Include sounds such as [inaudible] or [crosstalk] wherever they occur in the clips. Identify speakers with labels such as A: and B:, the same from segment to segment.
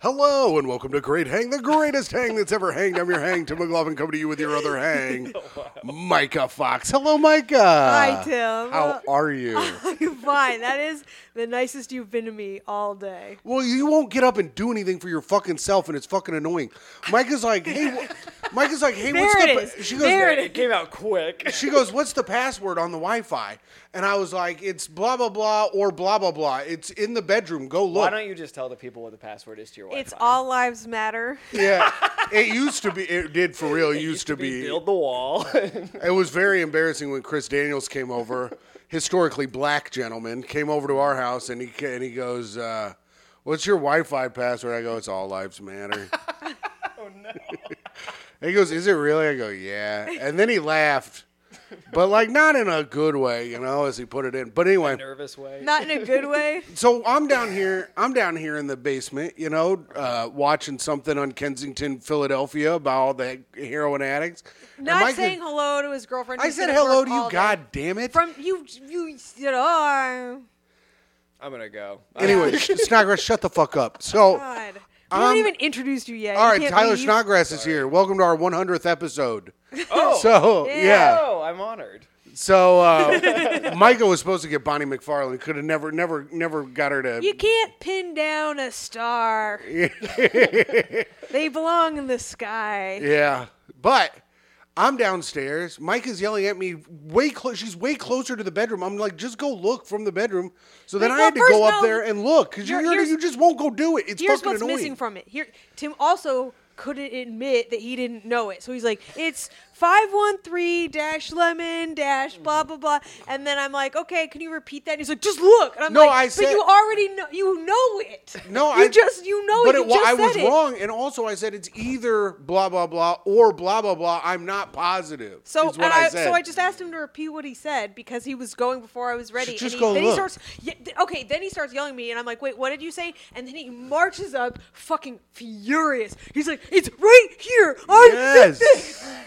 A: Hello and welcome to Great Hang, the greatest hang that's ever hanged. I'm your hang, Tim McLaughlin, coming to you with your [laughs] other hang, uh, Micah Fox. Hello, Micah.
B: Hi, Tim.
A: Uh,
B: [laughs]
A: How are you?
B: I'm fine. That is the nicest you've been to me all day.
A: Well, you won't get up and do anything for your fucking self, and it's fucking annoying. Micah's like, hey, wha- Micah's like, hey, what's
B: There
A: the?
B: it
A: pa-"
B: is.
A: She
B: There
A: goes,
B: it
C: It came out quick.
A: she goes, what's the password on the Wi-Fi? And I was like, it's blah blah blah or blah blah blah. It's in the bedroom. Go look.
C: Why don't you just tell the people what the password is to your Wi-Fi?
B: It's all lives matter.
A: [laughs] yeah, it used to be. It did for real. It, used, to be.
C: build
A: [laughs]
C: the wall. [laughs]
A: It was very embarrassing when Chris Daniels came
B: [laughs]
A: over, historically black gentleman, came over to our house and he ca- and he goes, uh, "What's your Wi-Fi password?" I go, "It's all lives
B: [laughs]
A: matter." oh no! and [laughs] he goes, "Is it really?" I go, "Yeah." And then he laughed, but like not in a good way, you know, as he put it in. But anyway,
C: Nervous way.
B: Not in a good
A: [laughs]
B: way.
A: so I'm down here. I'm down here in the basement, you know, uh, watching something on Kensington, Philadelphia, about all the heroin addicts. And
B: Not
A: Micah-
B: saying hello to his girlfriend.
A: I
B: who's
A: said
B: been at
A: hello
B: work
A: to you.
B: all day.
A: God damn it!
B: From you, you, "Oh, you know.
C: I'm gonna go.
A: [laughs] Anyway, Snodgrass, shut the fuck up. So,
B: God. We
A: Um,
B: haven't even introduced you yet.
A: all
B: You
A: right,
B: can't
A: Tyler
B: leave.
A: Snodgrass is here. Welcome to our 100th
B: [laughs]
A: episode.
C: oh,
A: So,
B: Yeah.
A: yeah.
C: oh, I'm honored.
A: So,
B: [laughs]
A: uh, Michael was supposed to get Bonnie McFarlane. Could have never, never, never got her to.
B: You can't pin down
A: [laughs]
B: a star. [laughs] they belong in the sky.
A: yeah. But I'm downstairs. Mike is yelling at me way close. She's way closer to the bedroom. I'm like, just go look from the bedroom. So then
B: Wait,
A: I
B: well,
A: had to
B: first,
A: go up
B: no.
A: there and look because you
B: Here-
A: already-
B: here's-
A: you just won't go do it. It's
B: Here's
A: fucking
B: what's
A: annoying.
B: missing from it. Here, Tim also couldn't admit that he didn't know it, so he's like, "It's five one three dash lemon dash blah blah blah," and then I'm like, "Okay, can you repeat that?" And he's like, "Just look," and I'm
A: No,
B: like,
A: I
B: "But
A: said-
B: you already know, you know it.
A: No,
B: you
A: I
B: just you know
A: But
B: it. You
A: wa-
B: just
A: I
B: said
A: was
B: it.
A: wrong, and also I said it's either blah blah blah or blah blah blah. I'm not positive.
B: So
A: is what
B: and
A: I,
B: I,
A: said.
B: so I just asked him to repeat what he said because he was going before I was ready.
A: Just
B: and he,
A: go
B: then he
A: look.
B: starts yeah, th- okay, then he starts yelling at me and I'm like, "Wait, what did you say?" And then he marches up fucking furious. He's like, "It's right here." On
A: Yes.
B: yes. [laughs]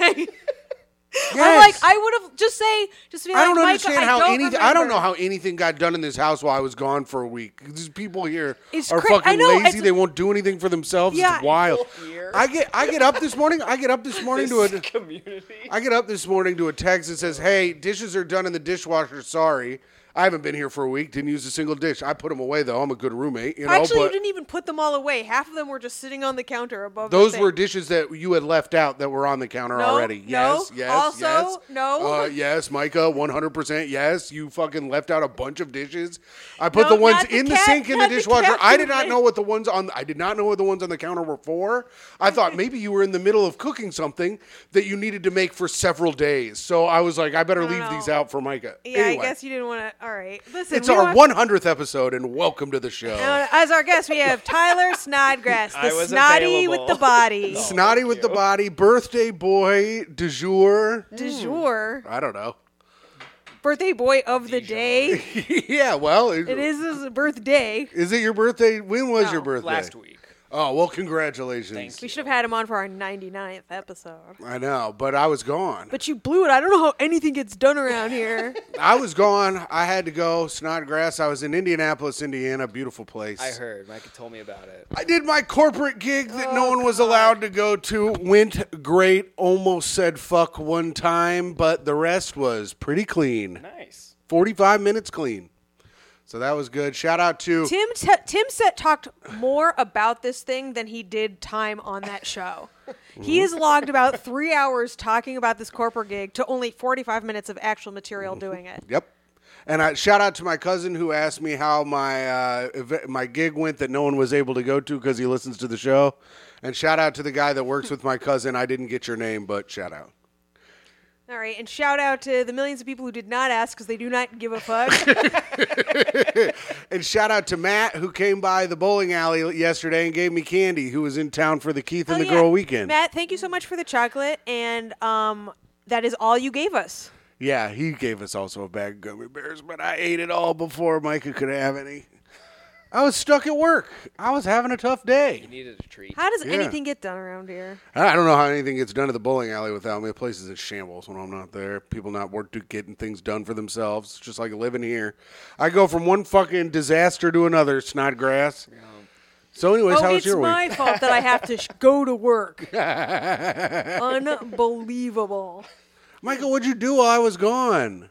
B: I'm like,
A: Yes.
B: I would have just say just be
A: I
B: like,
A: don't
B: "Micah,
A: understand how
B: I don't
A: anything. I don't
B: remember."
A: know how anything got done in this house while I was gone for a week. These people here
B: It's
A: are
B: cra- I
A: fucking
B: know,
A: lazy.
B: it's-
A: They won't do anything for themselves.
B: Yeah.
A: It's wild.
C: People here.
A: I get I get up this morning. I get up this morning to a.
C: This [laughs] community.
A: I get up this morning to a text that says, "Hey, dishes are done in the dishwasher. Sorry, I haven't been here for a week. Didn't use a single dish. I put them away though. I'm a good roommate, you know."
B: Actually, you
A: but
B: didn't even put them all away. Half of them were just sitting on the counter above. the
A: Those
B: thing.
A: were dishes that you had left out that were on the counter
B: No,
A: already.
B: no,
A: Yes, yes,
B: also,
A: yes.
B: no.
A: Uh, yes, Micah, one hundred percent. Yes, you fucking left out a bunch of dishes. I put
B: No,
A: the ones
B: not the
A: in the
B: cat-
A: sink in the
B: not the
A: dishwasher.
B: cat
A: I did not
B: food.
A: know what the ones on. I did not know what the ones on the counter were for. I
B: [laughs]
A: thought maybe you were in the middle of cooking something that you needed to make for several days. So I was like, I better
B: don't
A: leave
B: know.
A: these out for Micah.
B: Yeah,
A: Anyway,
B: I guess you didn't want to. All right, listen.
A: It's
B: we don't
A: our
B: have-
A: one hundredth episode, and welcome to the show.
B: And as our guest, we have
C: [laughs]
B: Tyler Snodgrass,
C: I
B: the
C: was
B: snotty
C: available.
B: with
C: Mm.
B: the
C: [laughs]
B: body.
C: No.
A: Snotty
C: thank
A: with the
C: you.
A: body, birthday boy du jour.
B: Du jour,
A: I don't know.
B: birthday boy of the day.
A: [laughs] yeah, well, it,
B: It is his birthday.
A: Is it your birthday? When was
B: No,
A: your birthday?
C: Last week.
A: Oh well, congratulations.
C: Thank
B: We
C: you.
B: should have had him on for our 99th episode.
A: I know, but I was gone.
B: But you blew it. I don't know how anything gets done around
C: [laughs]
B: here.
A: I was gone. I had to go Snodgrass. I was in Indianapolis, Indiana, beautiful place.
C: I heard. Micah told me about it.
A: I did my corporate gig that
C: Oh,
A: no one was allowed to go to. Went great. Almost said fuck one time, but the rest was pretty clean.
C: Nice.
A: 45 minutes clean. So that was good. Shout out to
B: Tim t- Tim set talked more about this thing than he did time on that show. He has logged
C: [laughs]
B: about three hours talking about this corporate gig to only 45 minutes of actual material doing
C: [laughs]
B: it.
A: Yep. And I shout out to my cousin who asked me how my uh, ev- my gig went that no one was able to go to because he listens to the show. And shout out to the guy that works with my cousin. I didn't get your name, but shout out.
B: All right, and shout out to the millions of people who did not ask because they do not give a fuck.
A: And shout out to Matt who came by the bowling alley yesterday and gave me candy. Who was in town for the Keith and
B: Oh,
A: the
B: yeah.
A: Girl weekend?
B: Matt, thank you so much for the chocolate, and um, that is all you gave us.
A: Yeah, he gave us also a bag of gummy bears, but I ate it all before Micah could have any. I was stuck at work. I was having a tough day.
C: You needed a treat.
B: How does
A: Yeah.
B: anything get done around here?
A: I don't know how anything gets done at the bowling alley without me. The place is a shambles when I'm not there. People not work to getting things done for themselves. It's just like living here. I go from one fucking disaster to another, Snodgrass. So, anyways, how
B: oh,
A: was
B: it's
A: your
B: my
A: week?
B: fault that I have
A: [laughs]
B: to sh- go to work. Unbelievable.
A: Michael, what'd you do while I was gone?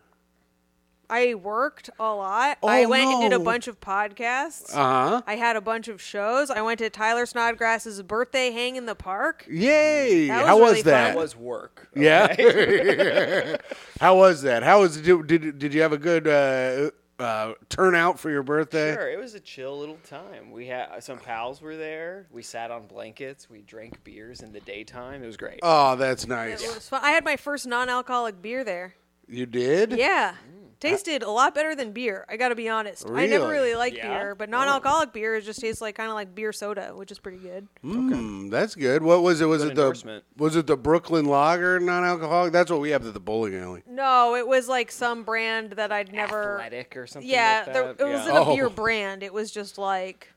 B: I worked a lot. I
A: Oh,
B: went and did a
A: no.
B: bunch of podcasts.
A: Uh huh.
B: I had a bunch of shows. I went to Tyler Snodgrass's birthday hang in the park.
A: Yay!
B: That was
A: how
B: really
A: was
B: fun.
A: that?
C: That was work.
A: [laughs] Yeah. how was that? How was did did, did you have a good uh, uh, turnout for your birthday?
C: Oh, Sure, it was a chill little time. We had uh, some pals were there. We sat on blankets. We drank beers in the daytime. It was great.
A: Oh, that's
B: It
A: nice.
B: was fun. I had my first non-alcoholic beer there.
A: You did?
B: Yeah.
A: Mm.
B: Tasted a lot better than beer. I got to be honest. I
A: Really?
B: never
A: Oh.
B: really liked
C: Yeah?
B: beer, but non-alcoholic beer is just tastes like kind of like beer soda, which is pretty good.
A: Mm, that's good. What was it? Was
C: Good
A: it the
C: endorsement.
A: was it the Brooklyn Lager non-alcoholic? That's what we have at the bowling alley.
B: No, it was like some brand that I'd never
C: Athletic or something.
B: Yeah,
C: like
B: there,
C: that.
B: it wasn't
A: Oh.
B: a beer brand. It was just like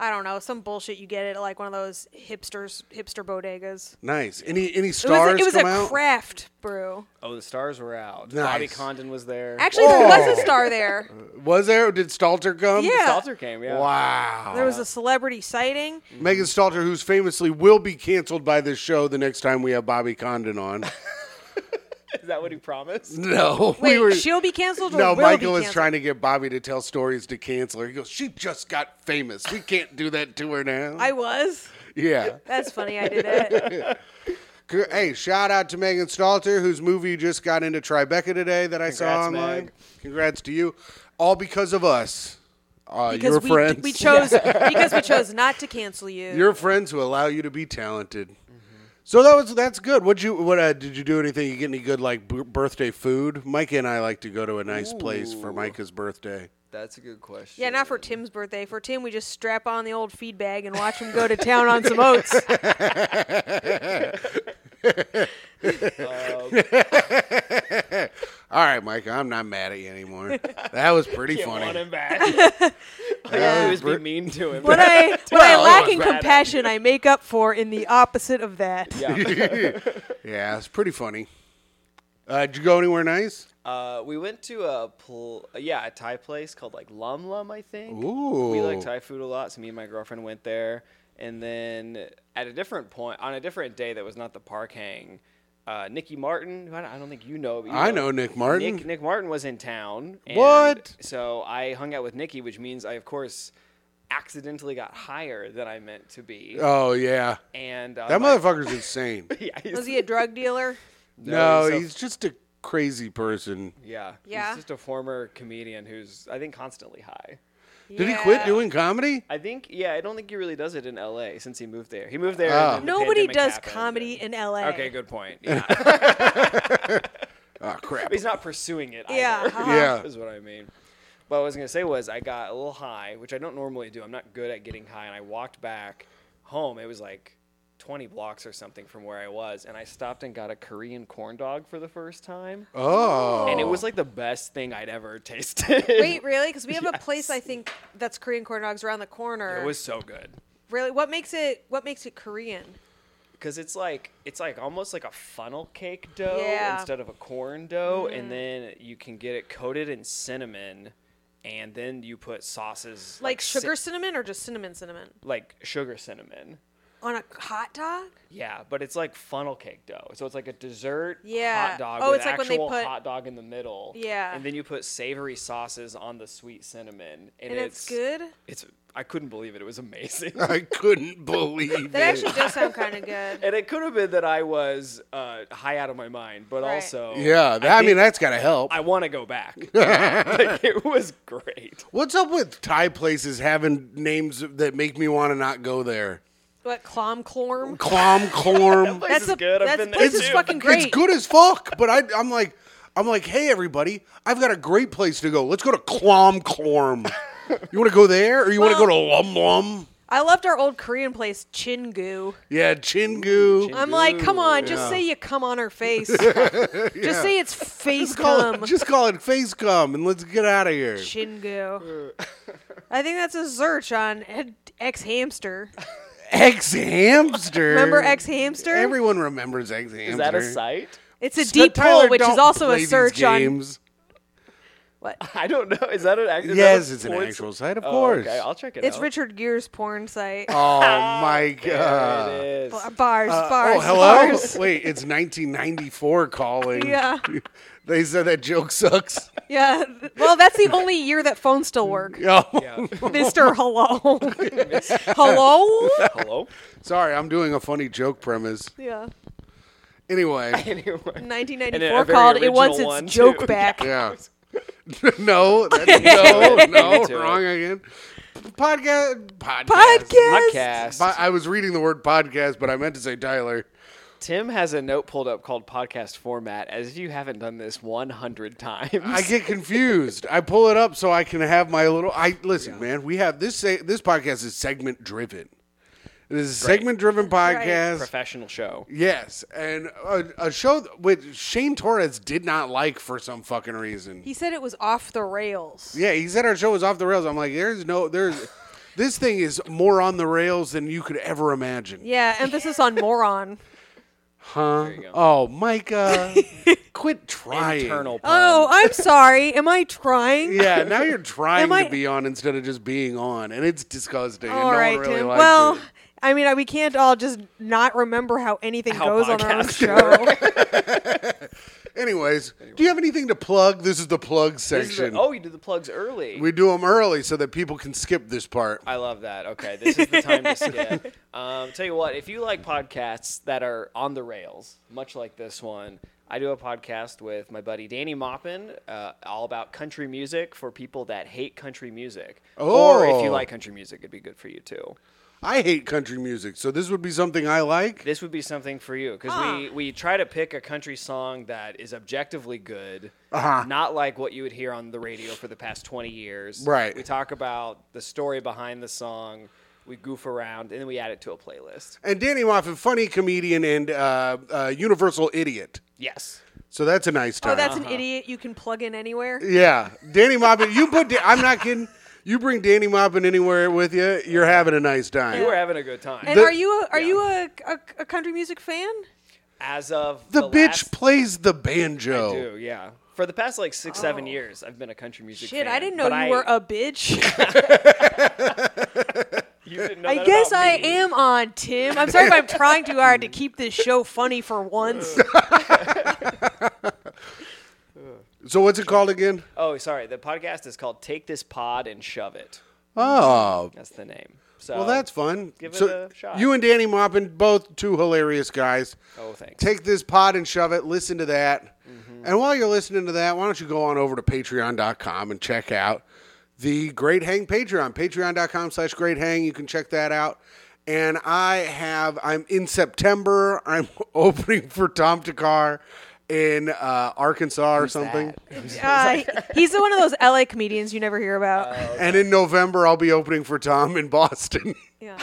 B: I don't know, some bullshit you get at like one of those hipsters hipster bodegas.
A: Nice. Any any
B: It was a,
A: stars
B: it was
A: come
B: a
A: out?
B: craft brew.
C: Oh, the stars were out.
A: Nice.
C: Bobby Condon was there.
B: Actually, there was
A: Whoa.
B: a star there.
A: was there? Did Stalter come?
B: Yeah.
C: Salter came. Yeah.
A: Wow.
B: There was a celebrity sighting.
A: Megan Stalter, who's famously will be canceled by this show the next time we have Bobby Condon
B: [laughs]
A: on.
C: Is that what he promised?
A: no,
B: Wait,
A: we were.
B: she'll be canceled. Or
A: no,
B: will
A: Michael
B: be
A: is
B: canceled?
A: trying to get Bobby to tell stories to cancel her. He goes, "She just got famous. We can't do that to her now."
B: I was.
A: yeah.
B: That's funny. I did that.
A: C- Hey, shout out to Megan Stalter, whose movie just got into Tribeca today that I saw
C: Congrats,
A: online.
C: Meg.
A: Congrats to you. All because of us. Uh, your
B: Because we,
A: friends. [laughs]
B: we chose because we chose not to cancel you.
A: your friends who allow you to be talented.
C: Mm-hmm.
A: So that was that's good. What you what uh, did you do anything? You get any good like b- birthday food? Mike and I like to go to a nice place for
C: Ooh.
A: Micah's birthday.
C: That's a good question.
B: yeah, not for Tim's birthday. For Tim, we just strap on the old feed bag and watch him go to town on some oats.
C: Uh,
A: All right, Micah, I'm not mad at you anymore. that
C: [laughs]
A: was pretty
C: can't want
A: funny.
B: [laughs]
C: him back. [laughs] Like, I always be
A: Bert-
C: mean to him.
B: What I what
A: Well,
B: I lack in
C: bad.
B: compassion, I make up for in the opposite of that.
C: yeah.
A: [laughs] yeah, it's pretty funny. Uh, did you go anywhere nice?
C: Uh, we went to a pl- yeah a Thai place called like Lum Lum I think.
A: Ooh.
C: We like Thai food a lot, so me and my girlfriend went there. And then at a different point on a different day that was not the park hang, uh, Nikki Martin. Who I don't, I don't think you know. But you
A: I know Nick Martin.
C: Nick, Nick Martin was in town. and
A: What?
C: So I hung out with Nikki, which means I of course accidentally got higher than I meant to be.
A: Oh yeah,
C: and uh,
A: that
C: my-
A: motherfucker's
B: [laughs]
A: insane.
C: [laughs] Yeah, he's-
B: Was he a drug dealer?
A: no,
C: he's a-
A: he's just a crazy person.
C: yeah,
B: Yeah.
C: He's just a former comedian who's I think constantly high.
A: Did he
B: Yeah.
A: quit doing comedy?
C: I think, yeah, I don't think he really does it in L.A. since he moved there. He moved there.
A: Ah.
C: and then the
B: Nobody
C: pandemic
B: does
C: happened.
B: comedy in LA.
C: Okay, good [laughs] point. Yeah.
A: Oh crap.
C: He's not pursuing it. [laughs]
B: Yeah,
C: Either,
B: uh-huh.
A: Yeah.
C: Is what I mean. But what I was gonna say was I got a little high, which I don't normally do. I'm not good at getting high, and I walked back home. It was like 20 blocks or something from where I was, and I stopped and got a Korean corn dog for the first time,
A: Oh.
B: [laughs]
C: and it was like the best thing I'd ever tasted.
B: Wait, really? Because we have a place I think that's Korean corn dogs around the corner.
C: it was so good.
B: really what makes it what makes it Korean?
C: because it's like it's like almost like a funnel cake dough
B: Yeah. Mm-hmm.
C: instead of a corn dough and then you can get it coated in cinnamon and then you put sauces
B: Like
C: ci-
B: sugar cinnamon or just cinnamon cinnamon
C: like sugar cinnamon
B: on a hot dog?
C: yeah but it's like funnel cake dough so it's like a dessert
B: Yeah.
C: hot dog
B: Oh,
C: with
B: it's like
C: actual
B: when they put-
C: hot dog in the middle
B: Yeah.
C: and then you put savory sauces on the sweet cinnamon and,
B: And it's, good.
C: it's i couldn't believe it it was amazing
A: I couldn't believe
B: That
A: it.
B: actually does sound kind of good.
A: [laughs]
C: and it could have been that i was uh, high out of my mind but
B: Right.
C: also
A: yeah, that, I, mean
C: think-
A: that's gotta help.
C: I want to go
A: [laughs]
C: back. like, it was great.
A: What's up with Thai places having names that make me want to not go there?
B: What clom clorm? [laughs]
A: Clom Clorm.
C: Place is
B: a,
C: good. I've
B: That's
C: been there
B: place
C: too.
B: is fucking great.
A: It's good as fuck, but I, I'm like, I'm like, hey everybody, I've got a great place to go. Let's go to Clom
B: [laughs]
A: Clorm. you want to go there, or you want to
B: Well-
A: go to Lum Lum?
B: I loved our old Korean place, Chingu.
A: Yeah, Chingu.
B: I'm like, come on,
A: Yeah.
B: just say you come on her
A: [laughs]
B: face. just say it's face
A: Just call,
B: cum.
A: it, just call it face cum and let's get out of here.
B: Shingu.
A: Uh.
B: I think that's a search on Ed- X
A: [laughs]
B: Hamster.
A: Ex hamster.
B: Remember X Hamster?
A: Everyone remembers Ex hamster.
C: Is that a site?
B: It's a deep
A: Tyler
B: hole, which is
A: don't
B: also
A: play
B: a
A: these
B: search on.
A: games.
B: What?
C: I don't know. Is that an actual?
A: Yes, it's an actual site, of course.
C: Okay, I'll check it
B: It's
C: out.
B: Richard Gere's porn site.
C: [laughs]
A: Oh my
C: There it
A: god.
C: is. [laughs]
B: Ba- Bars,
A: Uh,
B: bars.
A: oh, hello.
B: Bars. [laughs]
A: Wait, it's 1994 calling.
B: Yeah.
A: [laughs] they said that joke sucks. [laughs]
B: Yeah. th- Well, that's the only year that phones still work.
A: Yo.
C: Yeah.
A: [laughs]
B: Mr. Hello. hello?
C: Hello.
A: Sorry, I'm doing a funny joke premise.
B: Yeah.
C: [laughs]
A: Anyway,
C: Anyway. And a
B: 1994
C: very
B: called It Wants
C: original one,
B: Its Joke
C: too. [laughs]
B: Back.
A: yeah. [laughs] no, that's, no, no,
C: it.
A: wrong again. Podcast, podcast.
B: Podcast.
C: Podcast.
A: Po- I was reading the word podcast, but I meant to say Tyler.
C: Tim has a note pulled up called podcast format, as if you haven't done this 100 times.
A: I get confused. I pull it up so I can have my little. I listen, man. We have this. Se- this podcast is segment driven. It is a
C: Right.
A: segment driven podcast.
C: professional show.
A: Yes, and a, a show th- which Shane Torres did not like for some fucking reason.
B: He said it was off the rails.
A: yeah, he said our show was off the rails. I'm like, there's no, there's, this thing is more on the rails than you could ever imagine.
B: Yeah, emphasis on
C: [laughs] Um,
B: moron.
A: Huh?
C: you go.
A: Oh,
B: [laughs]
A: Micah, quit trying.
C: Internal pun.
B: Oh, I'm sorry. Am I trying?
A: Yeah, now you're trying
B: Am I-
A: to be on instead of just being on, and it's disgusting. and
B: All
A: no
B: right,
A: one really
B: Tim.
A: likes
B: Well,
A: it.
B: I mean, I- we can't all just not remember how anything
C: How
B: goes on our own
C: podcasts
B: show.
C: [laughs]
A: Anyways, do you have anything to plug? This is the plug
C: This is the-
A: section.
C: oh, you did the plugs early.
A: We do them early so that people can skip this part.
C: I love that. Okay, this is the time to skip. Um, tell you what, if you like podcasts that are on the rails, much like this one, I do a podcast with my buddy Danny Maupin, uh, all about country music for people that hate country music. Or if you
A: Oh.
C: like country music, it'd be good for you too.
A: I hate country music, so this would be something I like.
C: This would be something for you because
B: Ah.
C: we, we try to pick a country song that is objectively good,
B: Uh-huh.
C: not like what you would hear on the radio for the past 20 years.
A: Right.
C: We talk about the story behind the song, we goof around, and then we add it to a playlist.
A: And Danny Moffat, funny comedian and uh, uh, universal idiot.
C: Yes.
A: So that's a nice time.
B: oh, that's an
C: Uh-huh.
B: idiot you can plug in anywhere.
A: yeah. Danny Moffat, you put, Da- I'm not kidding. You bring Danny Moffat anywhere with you, you're having a nice time.
C: You were having a good time.
B: And
A: The-
B: are you a, are you a, a, a country music fan?
C: As of
A: the, bitch
C: last-
A: plays the banjo.
C: do, yeah. For the past like six, seven years, I've been a country music
B: Oh. Shit,
C: fan,
B: I didn't know you
C: but I,
B: were a
C: [laughs]
B: bitch.
C: You didn't know
B: I
C: that
B: guess
C: about
B: I
C: me.
B: am on Tim. I'm sorry if I'm trying too hard to keep this show funny
C: [laughs]
B: for once.
A: So what's it called again?
C: Oh, sorry. The podcast is called "Take This Pod and Shove It."
A: Oh.
C: That's the name. So
A: Well, that's fun.
C: Give it
A: so
C: a shot.
A: You and Danny Moppin, both two hilarious guys.
C: Oh, thanks. Mm-hmm.
A: Take this pod and shove it. Listen to that. And while you're listening to that, why don't you go on over to patreon.com and check out the Great Hang Patreon. Patreon.com slash Great Hang. You can check that out. And I have, I'm in September, I'm [laughs] opening for Tom Takar in uh, Arkansas or something. [laughs]
B: Uh, he's one of those LA comedians you never hear about.
A: And in November, I'll be opening for Tom in Boston.
B: [laughs]
A: [laughs]
B: yeah.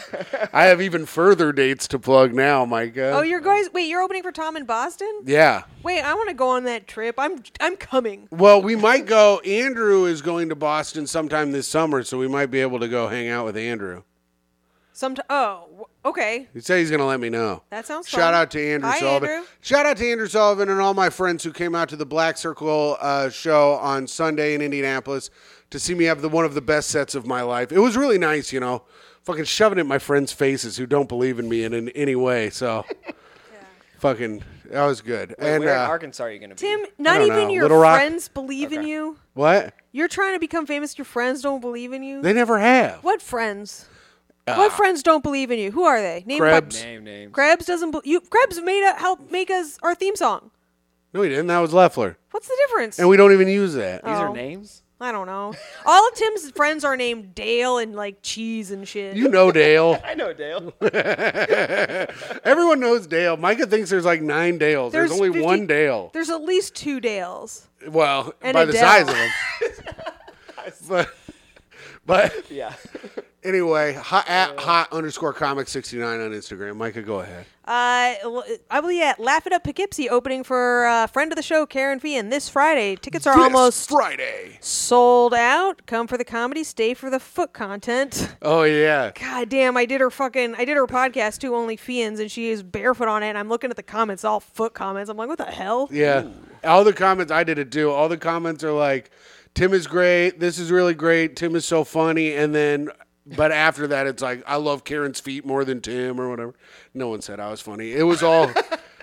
A: I have even further dates to plug now, Micah.
B: Oh, you're guys. Wait, you're opening for Tom in Boston?
A: yeah.
B: Wait, I want to go on that trip. I'm I'm coming.
A: Well, we might go. Andrew is going to Boston sometime this summer, so we might be able to go hang out with Andrew.
B: Somet- oh, w- okay.
A: He said he's going to let me know.
B: That sounds
A: Shout
B: fun.
A: out to Andrew
B: Hi,
A: Sullivan.
B: Andrew.
A: Shout out to Andrew Sullivan and all my friends who came out to the Black Circle uh, show on Sunday in Indianapolis to see me have the one of the best sets of my life. It was really nice, you know, fucking shoving it in my friends' faces who don't believe in me in, in any way.
B: [laughs]
A: So, fucking, that was good. and
C: Where in
A: uh,
C: Arkansas are you going to be?
B: Tim, not
A: don't
B: even
A: know.
B: your
A: Little Rock?
B: friends believe in you.
A: what?
B: You're trying to become famous. Your friends don't believe in you.
A: They never have.
B: what friends? what friends don't believe in you? Who are they? Name
A: Krebs.
C: name name.
B: Krebs doesn't. bel you Krebs made a, help make us our theme song.
A: No, he didn't. That was Leffler.
B: What's the difference?
A: And we don't even use that.
C: These
B: Oh.
C: are names.
B: I don't know. All of Tim's friends are named Dale and like cheese and shit.
A: You know Dale.
C: I know [laughs] Dale.
A: Everyone knows Dale. Micah thinks there's like nine Dales. There's, only
B: 50
A: one Dale.
B: There's at least two Dales.
A: Well,
B: And
A: by
B: a
A: the
B: Dell.
A: size of them.
B: [laughs]
A: but, but
C: yeah.
A: anyway, hot at hot underscore comic sixty nine on Instagram. Micah, go ahead.
B: Uh, l- I will be at Laugh It Up Poughkeepsie opening for uh, friend of the show Karen Feehan this Friday. Tickets are
A: This
B: almost
A: Friday.
B: sold out. Come for the comedy, stay for the foot content.
A: Oh yeah.
B: God damn, I did her fucking, I did her podcast too, only Feehan's, and she is barefoot on it. And I'm looking at the comments, all foot comments. I'm like, what the hell?
A: Yeah. All the comments I did it too. All the comments are like, Tim is great. This is really great. Tim is so funny. And then, but after that, it's like, I love Karen's feet more than Tim or whatever. No one said I was funny. It was
C: [laughs]
A: all,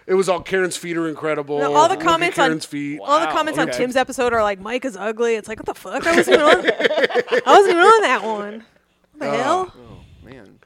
A: it was all Karen's feet are incredible.
B: No, all the
A: Look at
B: comments on
A: Karen's feet.
B: all the
C: Wow,
B: comments on
C: okay.
B: Tim's episode are like Mike is ugly. It's like what the fuck? I wasn't even on. I wasn't even on that one. What the hell?
C: Oh man,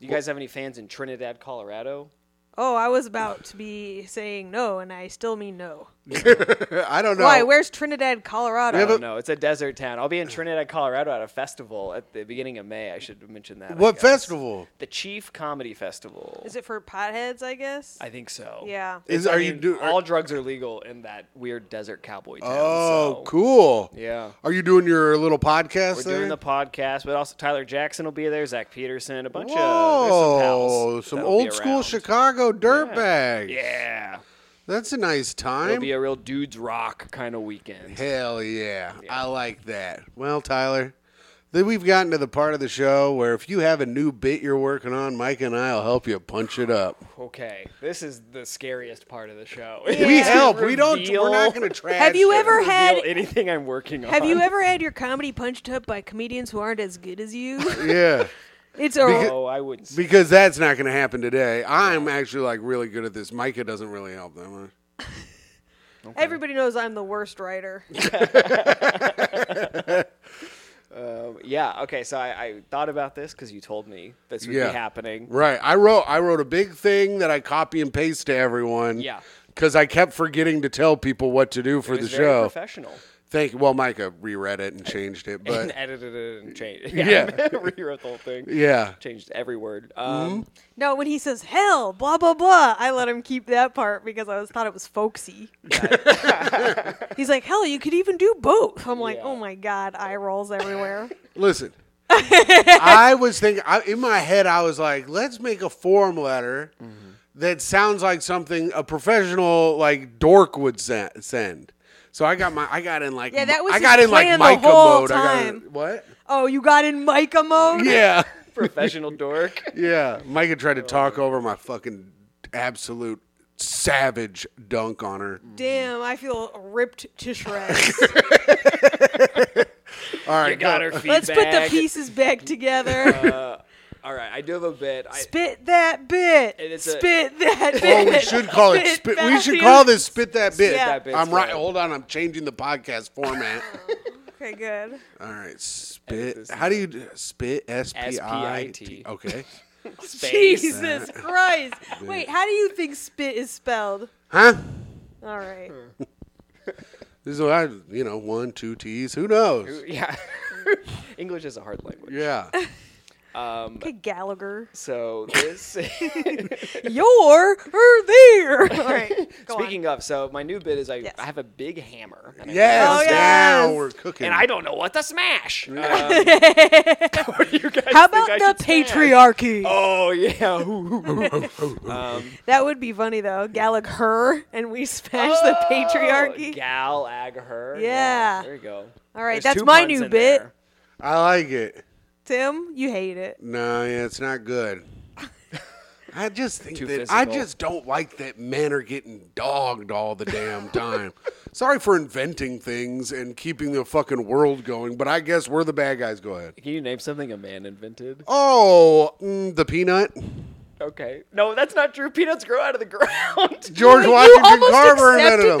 C: you guys have any fans in Trinidad, Colorado?
B: Oh, I was about to be saying no, and I still mean no.
A: I don't know.
B: Why? Where's Trinidad, Colorado?
C: I don't know. It's a desert town. I'll be in Trinidad, Colorado at a festival at the beginning of May. I should mention that. I
A: What
C: guess.
A: festival?
C: The Chief Comedy Festival.
B: Is it for potheads? I guess.
C: I think so.
B: yeah.
A: Is,
C: I
A: are you
C: mean,
A: do? are-
C: all drugs are legal in that weird desert cowboy town.
A: oh,
C: so
A: cool.
C: Yeah.
A: Are you doing your little podcast?
C: We're
A: there?
C: doing the podcast, but also Tyler Jackson will be there, Zach Peterson, a bunch of uh, there's some,
A: Whoa,
C: pals
A: some,
C: that'll be
A: old school
C: around.
A: Chicago dirtbag. bags.
C: Yeah,
A: That's a nice
C: it'll
A: time.
C: be a real dudes rock kind of weekend.
A: Hell yeah. I like that. Well, Tyler, then we've gotten to the part of the show where if you have a new bit you're working on, Mike and I will help you punch it up.
C: Okay, this is the scariest part of the show.
A: We
C: [laughs]
B: Yeah.
A: help. We don't. We're not
C: Reveal-
A: going to trash.
B: [laughs] Have you
A: it.
B: ever had?
C: Reveal anything I'm working on. Oh,
B: Have you ever had your comedy punched up by comedians who aren't as good as you?
C: [laughs]
A: Yeah,
B: It's a
C: Oh, I wouldn't. Say.
A: because that's not going to happen today. I'm actually like really good at this. Micah doesn't really help that much.
B: [laughs] everybody knows I'm the worst writer.
C: Yeah. Okay. So I, I thought about this because you told me this would
A: Yeah.
C: be happening.
A: Right. I wrote I wrote a big thing that I copy and paste to everyone.
C: Yeah.
A: Because I kept forgetting to tell people what to do for
C: It
A: the
C: was very
A: show.
C: professional.
A: Thank you. Well, Micah reread
C: [laughs]
A: it and changed it,
C: and
A: but
C: edited it and changed.
A: Yeah.
C: [laughs] Yeah, rewrote the whole thing.
A: yeah. Hmm?
C: changed every word. Um,
B: No, when he says hell, blah blah blah, I let him keep that part because I was thought it was folksy. [laughs] He's like, hell, you could even do both. I'm like,
C: Yeah.
B: oh my god, eye rolls everywhere. [laughs]
A: Listen, I was thinking I, in my head. I was like, let's make a form letter
B: Mm-hmm.
A: that sounds like something a professional like dork would se- send. So I got my I got in like
B: Yeah, that was
A: I got
B: his
A: in like
B: plan the
A: Micah
B: whole
A: mode. I got in-
B: time.
A: what?
B: oh, you got in Micah mode.
A: Yeah.
C: professional dork.
A: Yeah, Micah tried to talk over my fucking absolute savage dunk on her.
B: Damn, I feel ripped to
C: [laughs]
B: shreds.
A: [laughs] All right,
C: I got her feedback.
B: Let's put the pieces back
C: [laughs]
B: together.
C: Uh, All right, I do have a bit. I,
B: Spit that bit.
C: It is a-
B: Spit that bit.
A: Oh, we should call it. Spit, we should call this spit that bit.
B: Yeah.
C: That bit's
A: I'm right.
C: good.
A: Hold on, I'm changing the podcast
B: [laughs]
A: format.
B: Okay, good.
A: All right,
C: this
A: spit. How do you do- spit? S P I T.
C: S-P-I-T.
A: Okay.
C: space.
B: Jesus
A: [laughs]
B: Christ. Wait, how do you think spit is spelled?
A: Huh?
B: All right.
C: Hmm.
A: This is what I, you know, one, two T's. Who knows?
C: [laughs] Yeah, [laughs] English is a hard language.
A: Yeah.
B: Okay, Gallagher.
C: So
A: [laughs]
C: this.
B: You're or there. All right. Go
C: [laughs] speaking of, so my new bit is I,
B: Yes.
C: I have a big hammer. and I-
A: Yes.
B: Oh,
A: Now
B: yes.
A: we're cooking.
C: And I don't know what to smash. Um, [laughs] what do you guys
B: on. How
C: think
B: about
C: I
B: the
C: should smash?
B: patriarchy?
C: Oh yeah. [laughs] Ooh, ooh, ooh.
B: That would be funny though. Gallagher and we smash
C: Oh,
B: the patriarchy.
C: Gal ag her.
B: Yeah.
C: There you go.
B: All right,
C: There's
B: that's
C: two
B: my
C: puns
B: new
C: in
B: bit.
C: there.
A: I like it.
B: Tim, you hate it.
A: No, yeah, it's not good. I just think
C: Too
A: that I
C: physical.
A: just don't like that men are getting dogged all the damn time. Sorry for inventing things and keeping the fucking world going, but I guess we're the bad guys. Go ahead.
C: Can you name something a man invented?
A: Oh, mm, the peanut.
C: Okay. No, that's not true. Peanuts grow out of the [laughs] ground.
A: George
B: Wait, you
A: Washington
B: almost
A: Carver
B: accepted
A: invented them.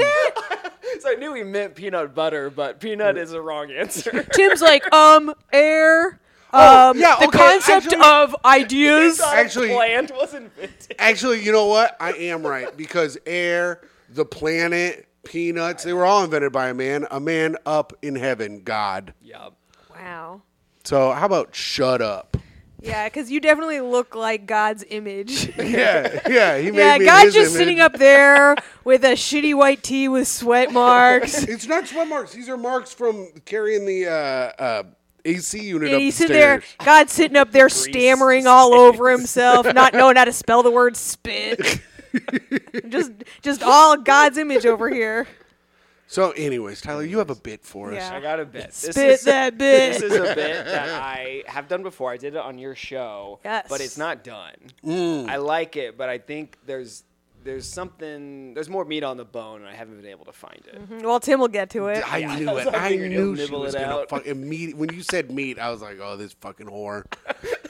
B: that?
C: so I knew he meant peanut butter, but peanut is the
B: [laughs]
C: wrong answer.
B: Tim's like, um, air.
A: Oh,
B: um,
A: yeah,
B: the
A: okay,
B: concept
A: actually-
B: of
C: [laughs]
B: ideas.
C: Not a
A: Actually-
C: plant was invented. [laughs]
A: Actually, you know what? I am right because air, the planet, peanuts, they were all invented by a man, a man up in heaven, God.
C: Yeah.
B: Wow.
A: So, how about shut up?
B: Yeah, because you definitely look like God's
A: [laughs]
B: image.
A: Yeah, yeah, he made
B: yeah,
A: me
B: God
A: his
B: just
A: image.
B: sitting up there with a shitty white tee
A: [laughs]
B: with sweat marks.
A: It's not sweat marks. These are marks from carrying the uh, uh, AC unit
B: And
A: upstairs.
B: he's sitting there, God sitting up there
A: [laughs]
B: stammering all over himself, not knowing how to spell the
A: [laughs]
B: word spit. just just all God's image over here.
A: So, anyways, Tyler, you have a bit for us.
B: Yeah.
C: I got a bit. This
B: Spit
C: is-
B: that
C: This
B: bit.
C: is a bit that
A: [laughs]
C: I have done before. I did it on your show,
B: Yes.
A: Mm.
C: but it's not done. I like it, but I think there's there's something there's more meat on the bone, and I haven't been able to find it.
B: Well, Tim will get to it.
A: I
C: Yeah,
A: knew it.
C: so I
A: I
C: figured he'll
A: knew she
C: nibble
A: was
C: it
A: gonna
C: out.
A: fuck immediately. When you said meat, I was like, "Oh, this fucking whore."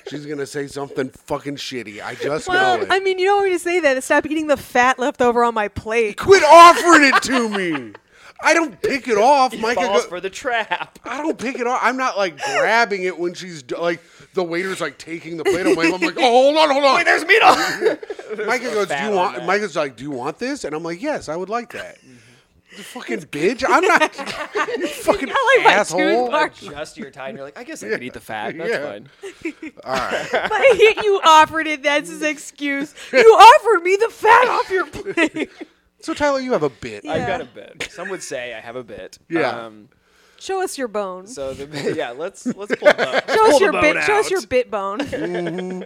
A: She's gonna say something fucking shitty. I just know
B: Well,
A: it.
B: I mean, you don't want me to say that. Stop eating the fat left over on my
C: [laughs]
B: plate.
A: Quit offering it to me. I don't pick it off.
C: He
A: Micah
C: falls
A: go-
C: for the
A: [laughs]
C: trap.
A: I don't pick it off. I'm not like grabbing it when she's do- like the waiter's like taking the plate away. I'm like, oh, hold on, hold on.
C: Wait, there's [laughs] meat on.
A: Micah
C: no
A: goes, do
C: fat
A: you
C: on
A: want?
C: that. Mm-hmm.
A: Micah's like, do you want this? And I'm like, yes, I would like that. You fucking bitch. I'm
C: [laughs]
A: not. [laughs] you fucking
B: like my
A: asshole.
B: toothbrush.
C: Just your tie, and you're like, I guess I could eat the fat. That's
A: Yeah.
C: fine.
B: But [laughs] you offered it. That's his excuse. You offered me the fat off your plate. [laughs]
A: so Tyler, you have a bit.
B: Yeah.
C: I've got a bit. Some would say I have a bit.
A: Yeah.
C: Um,
B: Show us your bone.
C: so the [laughs] yeah, let's let's pull it up.
B: show
C: Pull
B: us
C: the
B: your
C: bone
B: bit. Show us
C: out.
B: your bit
C: [laughs]
B: bone.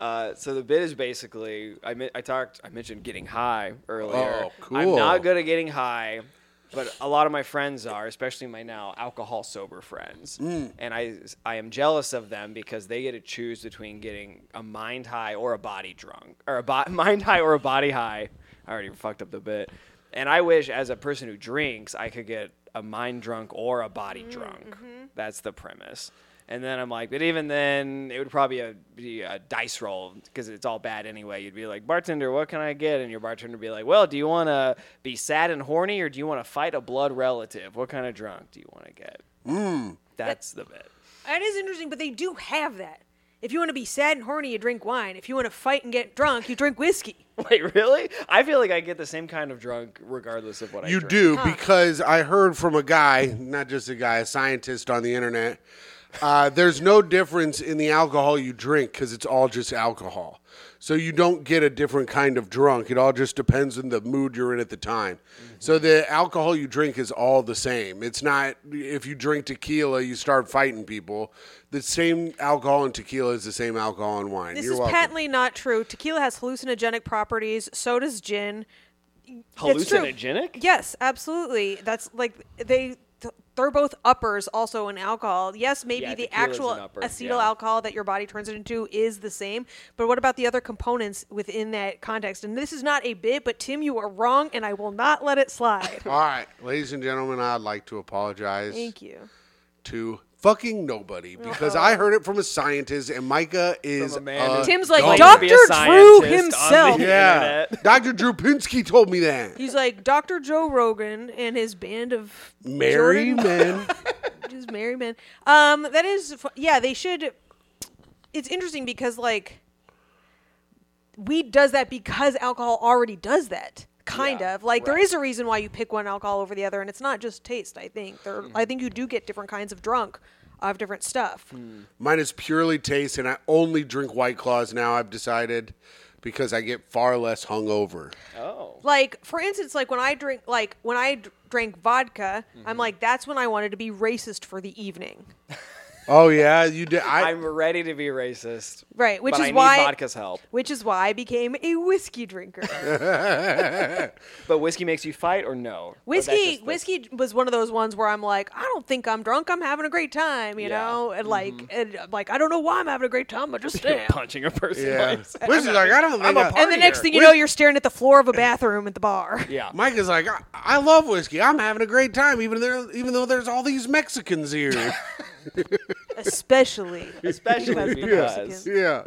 C: Uh, so the bit is basically I mi- I talked I mentioned getting high earlier.
A: Oh, cool.
C: I'm not good at getting high, but a lot of my friends are, especially my now alcohol sober friends,
A: Mm.
C: and I I am jealous of them because they get to choose between getting a mind high or a body drunk or a bo- [laughs] mind high or a body high. I already fucked up the bit, and I wish as a person who drinks I could get a mind drunk or a body drunk. That's the premise. And then I'm like, but even then, it would probably a, be a dice roll because it's all bad anyway. You'd be like, bartender, what can I get? And your bartender would be like, well, do you want to be sad and horny or do you want to fight a blood relative? What kind of drunk do you want to get? Mm. That's the bit. [laughs]
B: that is interesting, but they do have that. If you want to be sad and horny, you drink wine. If you want to fight and get drunk, you drink whiskey.
C: Wait, really? I feel like I get the same kind of drunk regardless of what I
A: You
C: drink.
A: do because I heard from a guy, not just a guy, a scientist on the internet. Uh, there's no difference in the alcohol you drink because it's all just alcohol. So you don't get a different kind of drunk. It all just depends on the mood you're in at the time.
B: Mm-hmm.
A: So the alcohol you drink is all the same. It's not if you drink tequila, you start fighting people. The same alcohol in tequila is the same alcohol in wine.
B: This
A: you're
B: is
A: welcome.
B: patently not true. Tequila has hallucinogenic properties. So does gin. That's true.
C: Hallucinogenic?
B: Yes, absolutely. That's like they th- they're both uppers also in alcohol. Yes, maybe
C: Yeah,
B: the
C: tequila's
B: actual
C: an upper,
B: acetyl
C: yeah.
B: alcohol that your body turns it into is the same, but what about the other components within that context? And this is not a bit, but Tim, you are wrong and I will not let it slide.
C: [laughs]
A: All right, ladies and gentlemen, I'd like to apologize.
B: Thank you.
A: to fucking nobody because I heard it from a scientist and Micah is
C: a man who-
B: Tim's like,
C: Claims to
B: Dr.
C: be a
B: Drew
C: scientist on the
B: himself.
A: yeah, [laughs]
C: internet.
A: Dr. Drew Pinsky told me that.
B: He's like Dr. Joe Rogan and his band of
A: Mary
B: Jordan-
A: men.
C: [laughs]
B: [laughs] just marry men. Um, that is, fu- yeah, they should. It's interesting because like weed does that because alcohol already does that. Kind
C: Yeah,
B: of like there
C: right.
B: is a reason why you pick one alcohol over the other, and it's not just taste. I think there,
C: Hmm.
B: I think you do get different kinds of drunk of different stuff.
C: Hmm.
A: Mine is purely taste, and I only drink White Claws now. I've decided because I get far less hungover.
C: Oh.
B: Like for instance, like when I drink, like when I d- drank vodka,
C: Mm-hmm.
B: I'm like that's when I wanted to be racist for the evening,
A: Oh yeah, you did. I,
C: I'm ready to be racist.
B: right? Which
C: but
B: is
C: I
B: why
C: need vodka's help.
B: Which is why I became a whiskey drinker.
C: But whiskey makes you fight or no? Or that's
B: Whiskey,
C: just the-
B: whiskey was one of those ones where I'm like, I don't think I'm drunk. I'm having a great time, you
C: Yeah. Mm-hmm.
B: know, and like, and I'm like I don't know why I'm having a great time. I just
C: [laughs] You're
B: am.
C: punching a person.
A: [laughs]
C: [laughs]
A: yeah. [laughs]
C: Like,
A: Which is like I don't think.
C: I'm a
A: I-
C: part-
B: And the next
C: partier.
B: thing you know, you're staring at the floor
C: [laughs]
B: of a bathroom at the bar.
C: yeah.
A: Mike is like, I, I love whiskey. I'm having a great time, even there, even though there's all these Mexicans
C: [laughs]
A: here.
B: Especially,
C: especially because
A: yeah,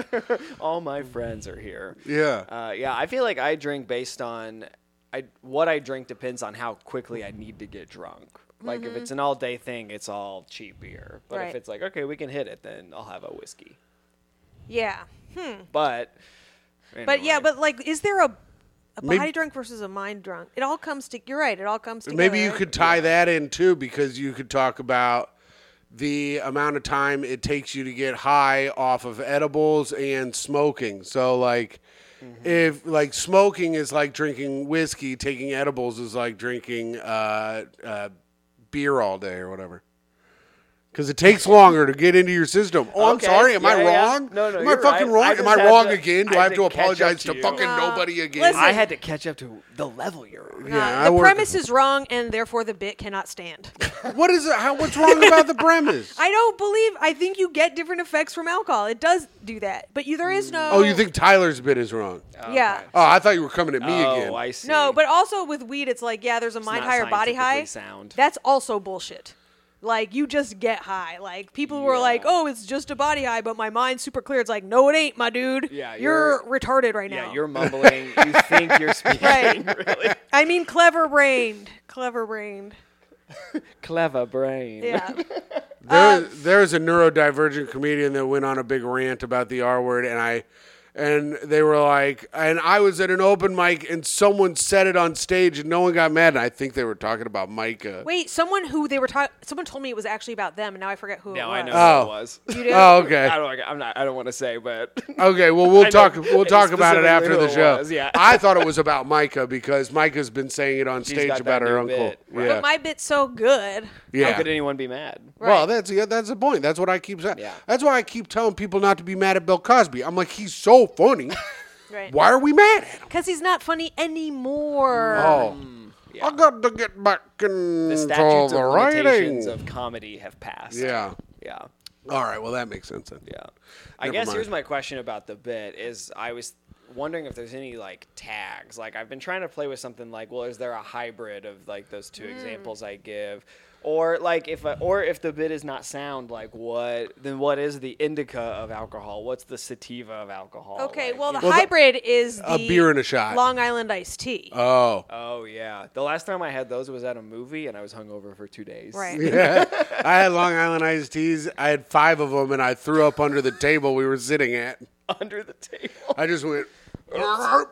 C: all my friends are here.
A: yeah.
C: Uh, yeah, I feel like I drink based on I what I drink depends on how quickly I need to get drunk. Like if it's an all day thing, it's all cheap beer. But
B: Mm-hmm. Right.
C: if it's like okay, we can hit it, then I'll have a whiskey.
B: yeah.
C: But
B: But yeah,
C: anyway,
B: but like, is there a, a
A: Maybe-
B: body drunk versus a mind drunk? It all comes to. You're right. It all comes together.
A: Maybe you
B: right?
A: could tie that in too, because you could talk about the amount of time it takes you to get high off of edibles and smoking. So like,
C: Mm-hmm.
A: if like smoking is like drinking whiskey, taking edibles is like drinking uh, uh, beer all day or whatever. Because it takes longer to get into your system. Oh,
C: Okay.
A: I'm sorry. Am I
C: Yeah, yeah.
A: wrong?
C: No, no,
A: Am I
C: you're
A: fucking
C: right.
A: wrong?
C: I
A: Am
C: just
A: I
C: had
A: wrong
C: to-
A: again? Do
C: I
A: I have to
C: had to catch up
A: apologize
C: to
A: to,
C: you.
A: fucking
B: No.
A: nobody again?
B: Listen,
C: I had to catch up to the level you're on.
A: Yeah,
B: Uh,
A: I
B: the
A: work-
B: premise is wrong and therefore the bit cannot
C: [laughs]
B: stand.
A: What is it? How, what's wrong about the premise?
B: I don't believe. I think you get different effects from alcohol. It does do that, but you, there
C: Mm.
B: is no.
A: oh, you think Tyler's bit is wrong?
B: Yeah.
C: Okay.
A: Oh, I thought you were coming at me
C: oh,
A: again.
C: I see.
B: No, but also with weed, it's like yeah, there's a mind
C: not
B: higher body
C: scientifically
B: high.
C: sound.
B: That's also bullshit. Like you just get high. Like people were
C: Yeah.
B: like, "Oh, it's just a body high," but my mind's super clear. It's like, "No, it ain't, my dude.
C: Yeah,
B: you're,
C: you're-
B: retarded right now."
C: yeah, you're mumbling. you
B: [laughs]
C: think you're speaking.
B: Right.
C: Really
B: [laughs] I mean, clever brained, clever brained.
C: clever brain. [laughs]
B: Yeah,
A: There, there's a neurodivergent comedian that went on a big rant about the R word, and I, and they were like, and I was at an open mic, and someone said it on stage, and no one got mad, and I think they were talking about Micah.
B: wait, someone who they were talking, someone told me it was actually about them, and now I forget who. it
C: Now
B: was.
C: I know
A: Oh.
C: what it was.
A: oh, okay.
C: I don't. I'm not. I don't want to say, but [laughs]
A: Okay, well we'll
C: know
A: talk we'll talk about it
C: specifically
A: after
C: who
A: the
C: it
A: show.
C: was, yeah.
A: I thought it was about Micah because Micah's been saying it on stage
C: got
A: about
C: that
A: her
C: new
A: uncle.
C: bit. Right.
A: Yeah.
B: But my bit's so good.
A: yeah.
C: how could anyone be mad?
A: Well, that's yeah, that's the point. That's what I keep saying.
C: Yeah.
A: That's why I keep telling people not to be mad at Bill Cosby. I'm like, he's so [laughs] funny.
B: Right.
A: Why are we mad at him?
B: Because he's not funny anymore.
A: Oh,
C: yeah.
A: I got to get back in
C: The
A: for
C: statutes
A: Mm, the
C: of limitations
A: writing.
C: of comedy have passed.
A: yeah.
C: Yeah.
A: All right. Well, that makes sense. Then.
C: Yeah. I
A: Never
C: guess
A: mind.
C: here's my question about the bit is I was wondering if there's any like tags. Like I've been trying to play with something like, well, is there a hybrid of like those
B: Hmm.
C: two examples I give? Or like if a, or if the bit is not sound, like what then what is the indica of alcohol? What's the sativa of alcohol?
B: Okay,
C: Like,
B: well,
C: you
B: the
C: know-
B: hybrid is the
A: Oh. a beer and a shot.
B: Long Island iced tea.
A: Oh.
C: Oh yeah. The last time I had those was at a movie and I was hungover for 2 days.
B: right.
A: [laughs] Yeah. I had Long Island iced teas. I had five of them, and I threw up under the table we were sitting at.
C: [laughs] Under the
A: [laughs]
C: table.
A: I just went,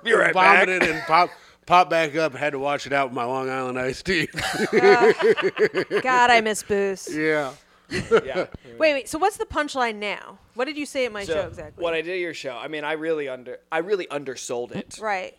C: Be right
A: vomited and [laughs] pop, popped back up. Had to wash it out with my Long Island iced tea.
B: God, I miss booze.
A: [laughs] yeah.
C: yeah.
B: Wait, wait. So what's the punchline now? What did you say at my
C: So,
B: show exactly?
C: What I did at your show, I mean, I really under, I really undersold it
B: right.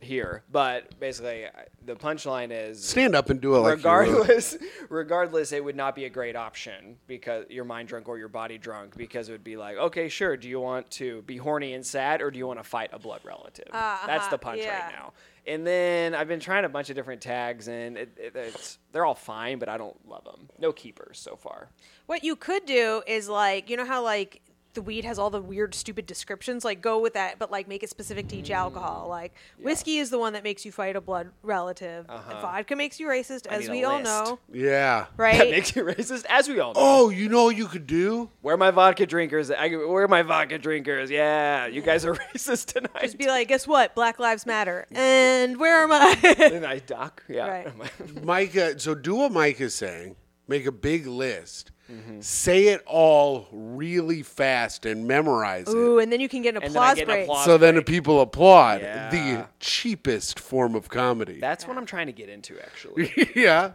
C: here, but basically, I- the punchline is
A: Stand up and do it like you would.
C: regardless, [laughs] regardless, it would not be a great option because your mind drunk or your body drunk because it would be like, okay, sure, do you want to be horny and sad or do you want to fight a blood relative? That's the punch
B: Uh-huh, yeah.
C: right now. And then I've been trying a bunch of different tags, and it, it, it's they're all fine, but I don't love them. No keepers so far. [laughs]
B: What you could do is like, you know how like the weed has all the weird, stupid descriptions. Like, go with that, but like make it specific to each
C: Mm.
B: alcohol. Like, whiskey is the one that makes you fight a blood relative. Vodka makes you racist, as
C: Uh-huh. need a
B: we all
C: list.
B: know,
A: Yeah.
B: right?
C: That makes you racist, as we all know.
A: Oh, you know what you could do?
C: Where are my vodka drinkers? I, where are my vodka drinkers? Yeah, you guys are [laughs] racist tonight.
B: Just be like, guess what? Black Lives
C: [laughs]
B: Matter. And where am I?
C: and I doc. Yeah.
B: Right.
A: Micah. uh, So do what Micah's saying. Make a big list.
C: Mm-hmm.
A: Say it all really fast and memorize it.
B: Ooh, and then you can get an
C: And then I
B: applause
C: get an
B: break.
C: applause-
A: So then people applaud.
C: Yeah.
A: The cheapest form of comedy.
C: [laughs] That's what I'm trying to get into, actually.
A: [laughs] yeah.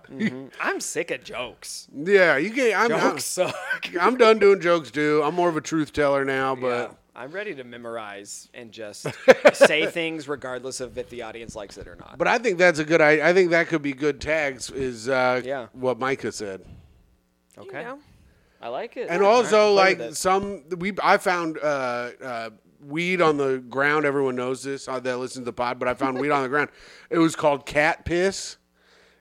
C: I'm sick of jokes.
A: Yeah. You get. I'm, I'm,
C: Mm-hmm. Jokes suck.
A: I'm done doing jokes, too. I'm more of a truth teller now,
C: Yeah.
A: but.
C: I'm ready to memorize and just say things regardless of if the audience likes it or not.
A: But I think that's a good. I, I think that could be good tags. Is uh,
C: Yeah.
A: what Micah said,
C: okay.
B: You know?
C: I like it.
A: and
C: All right,
A: also
C: I'm playing
A: like
C: with it.
A: some we I found uh, uh, weed on the ground. Everyone knows this uh, that listens to the pod, but I found weed on the ground. It was called cat piss.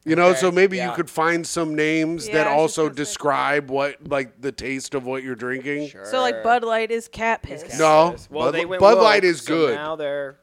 A: You know, so maybe
C: yeah.
A: you could find some names
B: Yeah,
A: that
B: I was just
A: also
B: gonna say.
A: describe what like the taste of what you're drinking.
C: Sure.
B: So like Bud Light is cat piss.
A: No,
C: Well,
A: Bud-
C: they went
A: Bud
C: woke,
A: Light is
C: so
A: good.
C: Now they're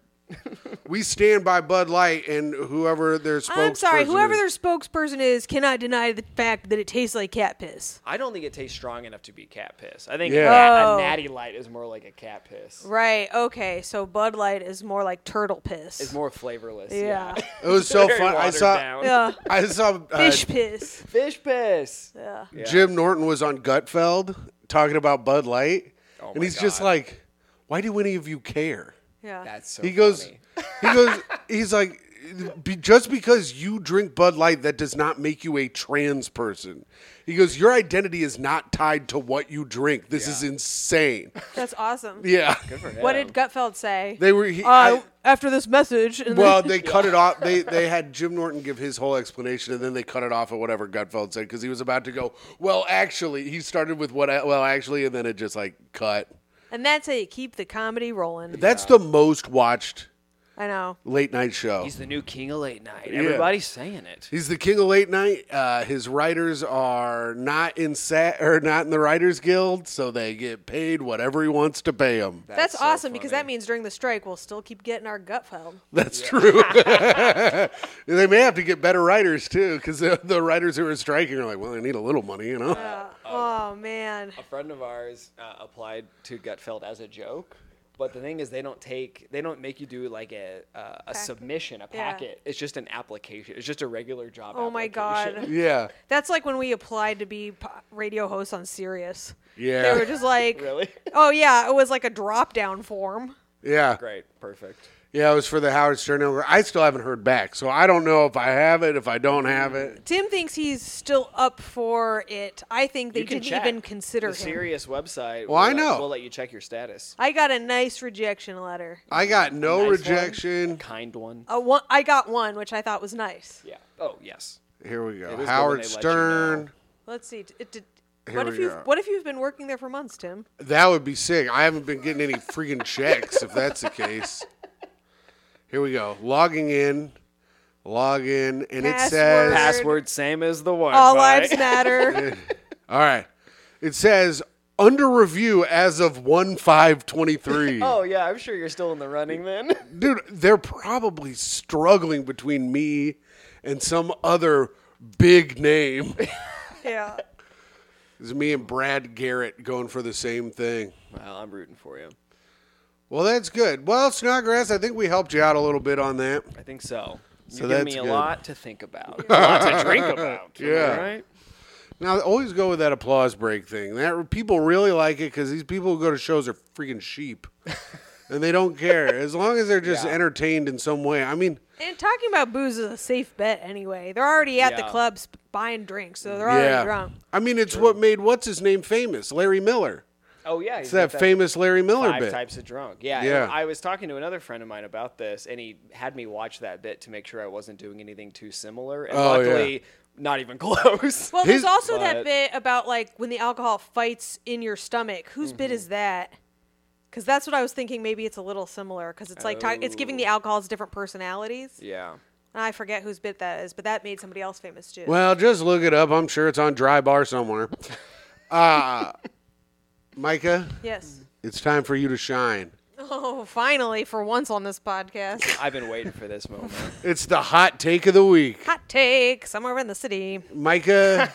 A: We stand by Bud Light and whoever their spokesperson.
B: I'm sorry, whoever
A: is.
B: their spokesperson is cannot deny the fact that it tastes like cat piss.
C: I don't think it tastes strong enough to be cat piss. I think
A: Yeah.
C: a, nat-
B: Oh.
C: a natty light is more like a cat piss.
B: Right. Okay. So Bud Light is more like turtle piss.
C: It's more flavorless.
B: yeah.
A: It was so
C: Very
A: fun. I
C: watered
A: saw.
C: down.
B: yeah.
A: I saw uh,
B: [laughs] Fish piss.
C: Fish piss.
B: Yeah.
C: Yeah.
A: Jim Norton was on Gutfeld talking about Bud Light,
C: Oh
A: and
C: my
A: he's just
C: God.
A: like, "Why do any of you care?"
B: Yeah.
C: That's so
A: He goes,
C: funny.
A: he goes, he's like, be, just because you drink Bud Light, that does not make you a trans person. He goes, your identity is not tied to what you drink. This is
C: [laughs]
A: insane.
B: That's awesome.
A: Yeah.
B: What did Gutfeld say?
A: They were. He,
B: uh,
A: I-
B: after this message. And
A: well,
B: then- [laughs]
A: they cut it off. They they had Jim Norton give his whole explanation, and then they cut it off at whatever Gutfeld said because he was about to go. Well, actually, he started with what? I- Well, actually, and then it just like cut.
B: and that's how you keep the comedy rolling.
A: That's the most watched
B: I know.
A: late night show.
C: He's
A: He's,
C: the new king of late night. Everybody's saying it.
A: the king of late night. Uh, his writers are not in sa- or not in the Writers Guild, so they get paid whatever he wants to pay them.
B: That's,
C: so
B: awesome because
C: funny.
B: that means during the strike we'll still keep getting our Gutfeld.
A: That's true. [laughs] they may have to get better writers too, because the, the writers who are striking are like, well, they need a little money, you know.
B: Oh man.
C: a friend of ours uh, applied to Gutfeld as a joke. But the thing is, they don't take, they don't make you do like a uh, a submission, a
B: Yeah.
C: packet. It's just an application. It's just a regular job.
B: Oh my
C: application.
A: [laughs]
B: god.
A: yeah.
B: That's like when we applied to be po- radio hosts on Sirius.
A: Yeah.
B: They were just like,
C: [laughs] Really?
B: oh yeah, it was like a drop down form.
A: Yeah.
C: Great, perfect.
A: Yeah, it was for the Howard Stern network. I still haven't heard back, so I don't know if I have it, if I don't have it.
B: Tim thinks he's still up for it. I think they
C: You can
B: didn't
C: check.
B: even consider
C: the
B: him.
C: serious website.
A: Well, I
C: will
A: know.
C: Let, will let you check your status.
B: I got a nice rejection letter.
A: I got no
C: Nice one, a
A: rejection.
C: kind one.
B: A one, I got one, which I thought was nice.
C: Yeah. Oh yes.
A: Here we
C: It is
A: go.
C: good
A: Howard
C: when they let you
A: Stern.
C: know.
B: Let's see. It did,
A: Here
B: what
A: we
B: if you
A: go.
B: have What if you've been working there for months, Tim?
A: That would be sick. I haven't been getting any freaking checks if that's the case. Here we go. Logging in. Log in and it says
B: Password.
C: Password same as the one.
B: All
C: bye.
A: [laughs]
B: lives matter.
A: All right. It says under review as of 1 5 23.
C: [laughs] [laughs] Oh yeah, I'm sure you're still in the running then.
B: [laughs]
A: dude, they're probably struggling between me and some other big name. [laughs]
B: yeah.
A: It's me and Brad Garrett going for the same thing.
C: well, I'm rooting for you.
A: Well, that's good. Well, Snodgrass, I think we helped you out a little bit on that.
C: I think so.
A: So
C: You're giving
A: that's
C: me a
A: good.
C: lot to think about, a
A: [laughs]
C: lot to drink about. am I
A: Yeah.
C: Right.
A: Now, always go with that applause break thing. That people really like it because these people who go to shows are freaking sheep, and they don't care as long as they're just
C: Yeah.
A: entertained in some way. I mean,
B: And talking about booze is a safe bet anyway. They're already at the
C: Yeah.
B: clubs buying drinks, so they're
A: yeah.
B: already drunk.
A: I mean, it's what made what's his name famous, Larry Miller.
C: Oh yeah. It's
A: It's that, famous Larry Miller
C: Five
A: bit.
C: types of drunk. Yeah.
A: Yeah.
C: and I was talking to another friend of mine about this, and he had me watch that bit to make sure I wasn't doing anything too similar. And
A: Oh, yeah.
C: luckily, not even [laughs] close.
B: Well,
A: His-
B: there's also
C: But-
B: that bit about like when the alcohol fights in your stomach. Whose bit
A: Mm-hmm.
B: is that? Because that's what I was thinking. Maybe it's a little similar because it's like ta- it's giving
A: Oh.
B: the alcohols different personalities.
C: yeah.
B: And I forget whose bit that is, but that made somebody else famous too.
A: Well, just look it up. I'm sure it's on Dry Bar somewhere. Uh, Micah,
B: yes.
A: it's time for you to shine.
B: Oh, finally, for once on this podcast.
C: I've been waiting for this moment.
A: [laughs] It's the hot take of the week.
B: Hot take. Somewhere in the city.
A: Micah.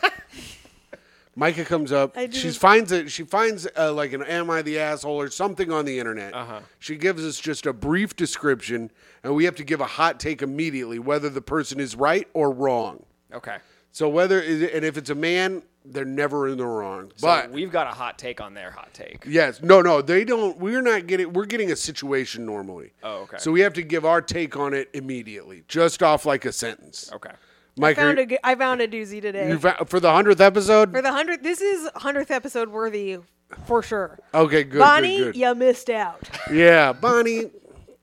A: Micah comes up.
B: I
A: She
B: didn't-
A: finds it. She finds uh, like an "Am I the asshole?" or something on the internet. She gives us just a brief description, and we have to give a hot take immediately, whether the person is right or wrong.
C: Okay.
A: So whether and if it's a man, they're never in the wrong.
C: So
A: but
C: we've got a hot take on their hot take.
A: Yes. No, no, they don't. We're not getting. We're getting a situation normally.
C: Oh, okay.
A: So we have to give our take on it immediately, just off like a sentence.
C: Okay.
A: Mike,
B: Found
A: are-
B: a g- I found a doozy today.
A: you fou- for the hundredth episode.
B: for the hundredth, this is hundredth episode worthy for sure.
A: okay, Oh, good.
B: Bonnie,
A: good, good.
B: you missed out.
A: yeah, Bonnie.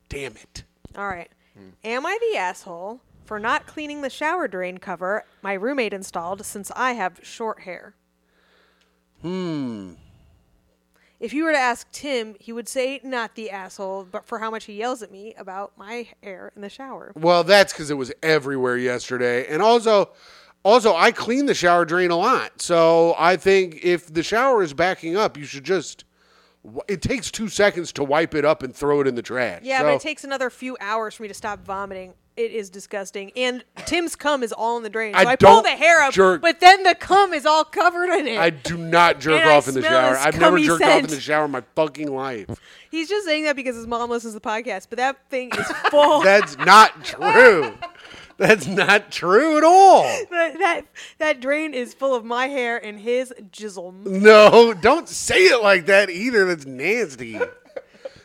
A: damn it.
B: All right.
A: Hmm.
B: Am I the asshole for not cleaning the shower drain cover my roommate installed since I have short hair? Hmm. If you were to ask Tim, he would say not the asshole, but for how much he yells at me about my hair in the shower.
A: Well, that's because it was everywhere yesterday, and also, also I clean the shower drain a lot. So I think if the shower is backing up, you should just. w- It takes two seconds to wipe it up and throw it in the trash.
B: Yeah, but
A: So-
B: it takes another few hours for me to stop vomiting. It is disgusting. And Tim's cum is all in the drain. So
A: I
B: I, pull
A: don't
B: the hair up,
A: jerk-
B: but then the cum is all covered in it.
A: I do not jerk
B: And I
A: off in the
B: smell
A: shower.
B: his
A: I've never
B: cummy
A: jerked off
B: scent.
A: in the shower in my fucking life.
B: He's just saying that because his mom listens to the podcast, but that thing
A: [laughs]
B: is full.
A: That's not true. That's not true at all.
B: that, that that drain is full of my hair and his jizzle.
A: No, don't say it like that either. That's nasty.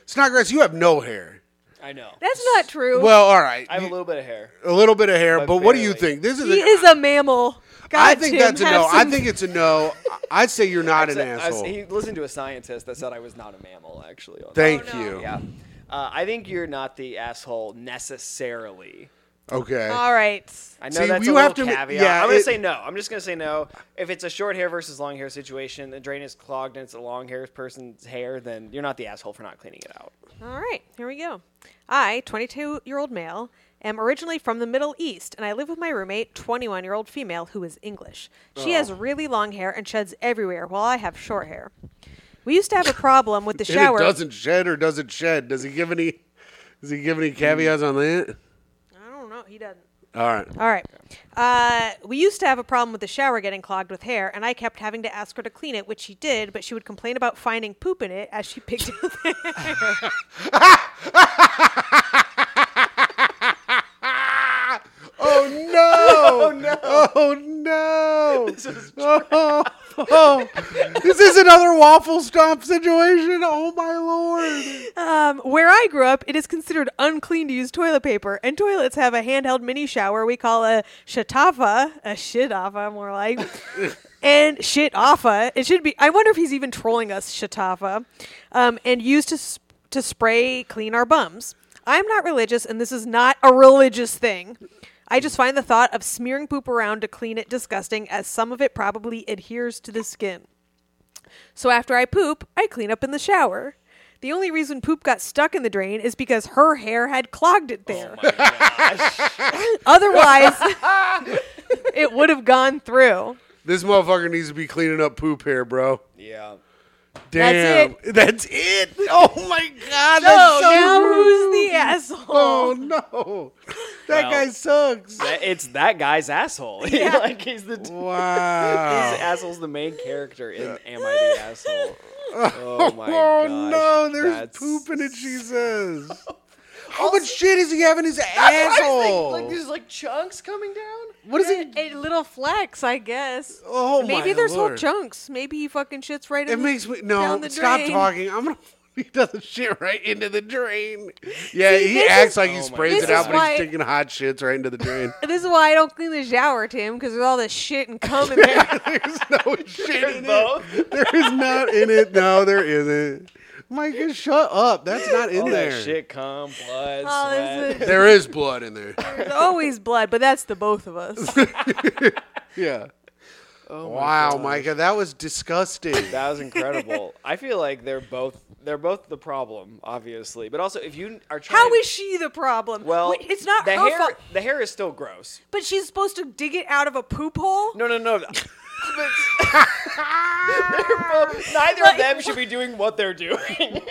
A: Snodgrass, you have no hair.
C: I know.
B: That's not true.
A: Well, all right.
C: I have a little bit of hair.
A: a little bit of hair,
C: But
A: but what do you
C: barely.
A: think? This is
B: he
A: a,
B: is a mammal. God,
A: I think
B: Tim,
A: that's a
B: have
A: no. I
B: some-
A: think it's a no. I- I'd say you're not an
C: I was-
A: asshole.
C: he listened to a scientist that said I was not a mammal, actually. on
A: Thank
B: Oh, no.
A: you.
B: you.
C: that. Yeah. Uh, I think you're not the asshole necessarily.
A: Okay.
B: [laughs] All right.
C: I know
A: See,
C: that's
A: you
C: a little
A: have to ma-
C: caveat.
A: yeah,
C: I'm gonna
A: it-
C: say no. I'm just gonna say no. If it's a short hair versus long hair situation, the drain is clogged and it's a long hair person's hair, then you're not the asshole for not cleaning it out.
B: All right, here we go. I, 22 year old male, am originally from the Middle East, and I live with my roommate, 21 year old female, who is English.
A: Oh.
B: She has really long hair and sheds everywhere, while I have short hair. We used to have a problem
A: [laughs]
B: with the
A: And it
B: shower.
A: doesn't shed or doesn't shed. Does he give any? Does he give any caveats on that?
B: I don't know. He doesn't.
A: All right.
B: All right. Uh, we used to have a problem with the shower getting clogged with hair, and I kept having to ask her to clean it, which she did, but she would complain about finding poop in it as she picked up the hair.
A: Oh no! oh no! Oh no! [laughs] This is oh, oh. Is this another waffle stomp situation? Oh my lord!
B: Um, where I grew up, it is considered unclean to use toilet paper, and toilets have a handheld mini shower we call a shatafa, a shitafa, more like, and shit offa. It should be. I wonder if he's even trolling us, shatafa, um, and used to sp- to spray clean our bums. I'm not religious, and this is not a religious thing. I just find the thought of smearing poop around to clean it disgusting, as some of it probably adheres to the skin. So after I poop, I clean up in the shower. The only reason poop got stuck in the drain is because her hair had clogged it
C: Oh
B: there. Otherwise, [laughs] it would have gone through.
A: This motherfucker needs to be cleaning up poop hair, bro.
C: Yeah.
A: Damn.
B: That's
A: it. Oh my god! that's so
B: Oh, now
A: rude.
B: who's the asshole?
A: Oh no! That
C: Well,
A: guy sucks.
C: That- it's that guy's asshole. [laughs] like he's the
A: [laughs]
C: his
A: Wow.
C: asshole's the main character in Am I
A: [laughs]
C: the Asshole? Oh my
A: Oh
C: gosh,
A: no! There's
C: that's-
A: pooping it. She [laughs] says. How much shit is he having in his asshole?
C: Like there's like chunks coming down.
A: what is he?
B: A little flex, I guess.
A: Oh my
B: Maybe there's whole
A: lord!
B: chunks. Maybe he fucking shits right.
A: It
B: in
A: makes
B: the,
A: me no.
B: down the
A: Stop
B: drain.
A: talking. I'm gonna. [laughs] He does the shit right into the drain. Yeah, he
B: this
A: acts
B: is-
A: like he
C: Oh my
A: sprays
B: This
A: it out,
B: is
A: but
B: why-
A: he's taking hot shits right into the drain. [laughs]
B: This is why I don't clean the shower, Tim, because there's all this shit and cum
A: [laughs]
B: in there.
A: There's no shit in
C: both.
A: it. There is not in it. No, there isn't. Micah, shut up. That's not in
C: All
A: there.
C: that shit, cum, blood,
B: Oh, this
C: sweat.
B: is-
A: There is blood in there.
B: there's always blood, but that's the both
A: [laughs]
B: of us.
A: Yeah. wow, Micah, that was disgusting.
C: [laughs] That was incredible. I feel like they're both they're both the problem, obviously. But also, if you are trying,
B: How is she the problem?
C: well,
B: Wait, it's not
C: the
B: her
C: hair.
B: fault.
C: The hair is still gross.
B: But she's supposed to dig it out of a poop hole.
C: No,
B: [laughs]
C: no, no. But- they're both- neither of them should be doing what
B: [laughs]
C: they're doing.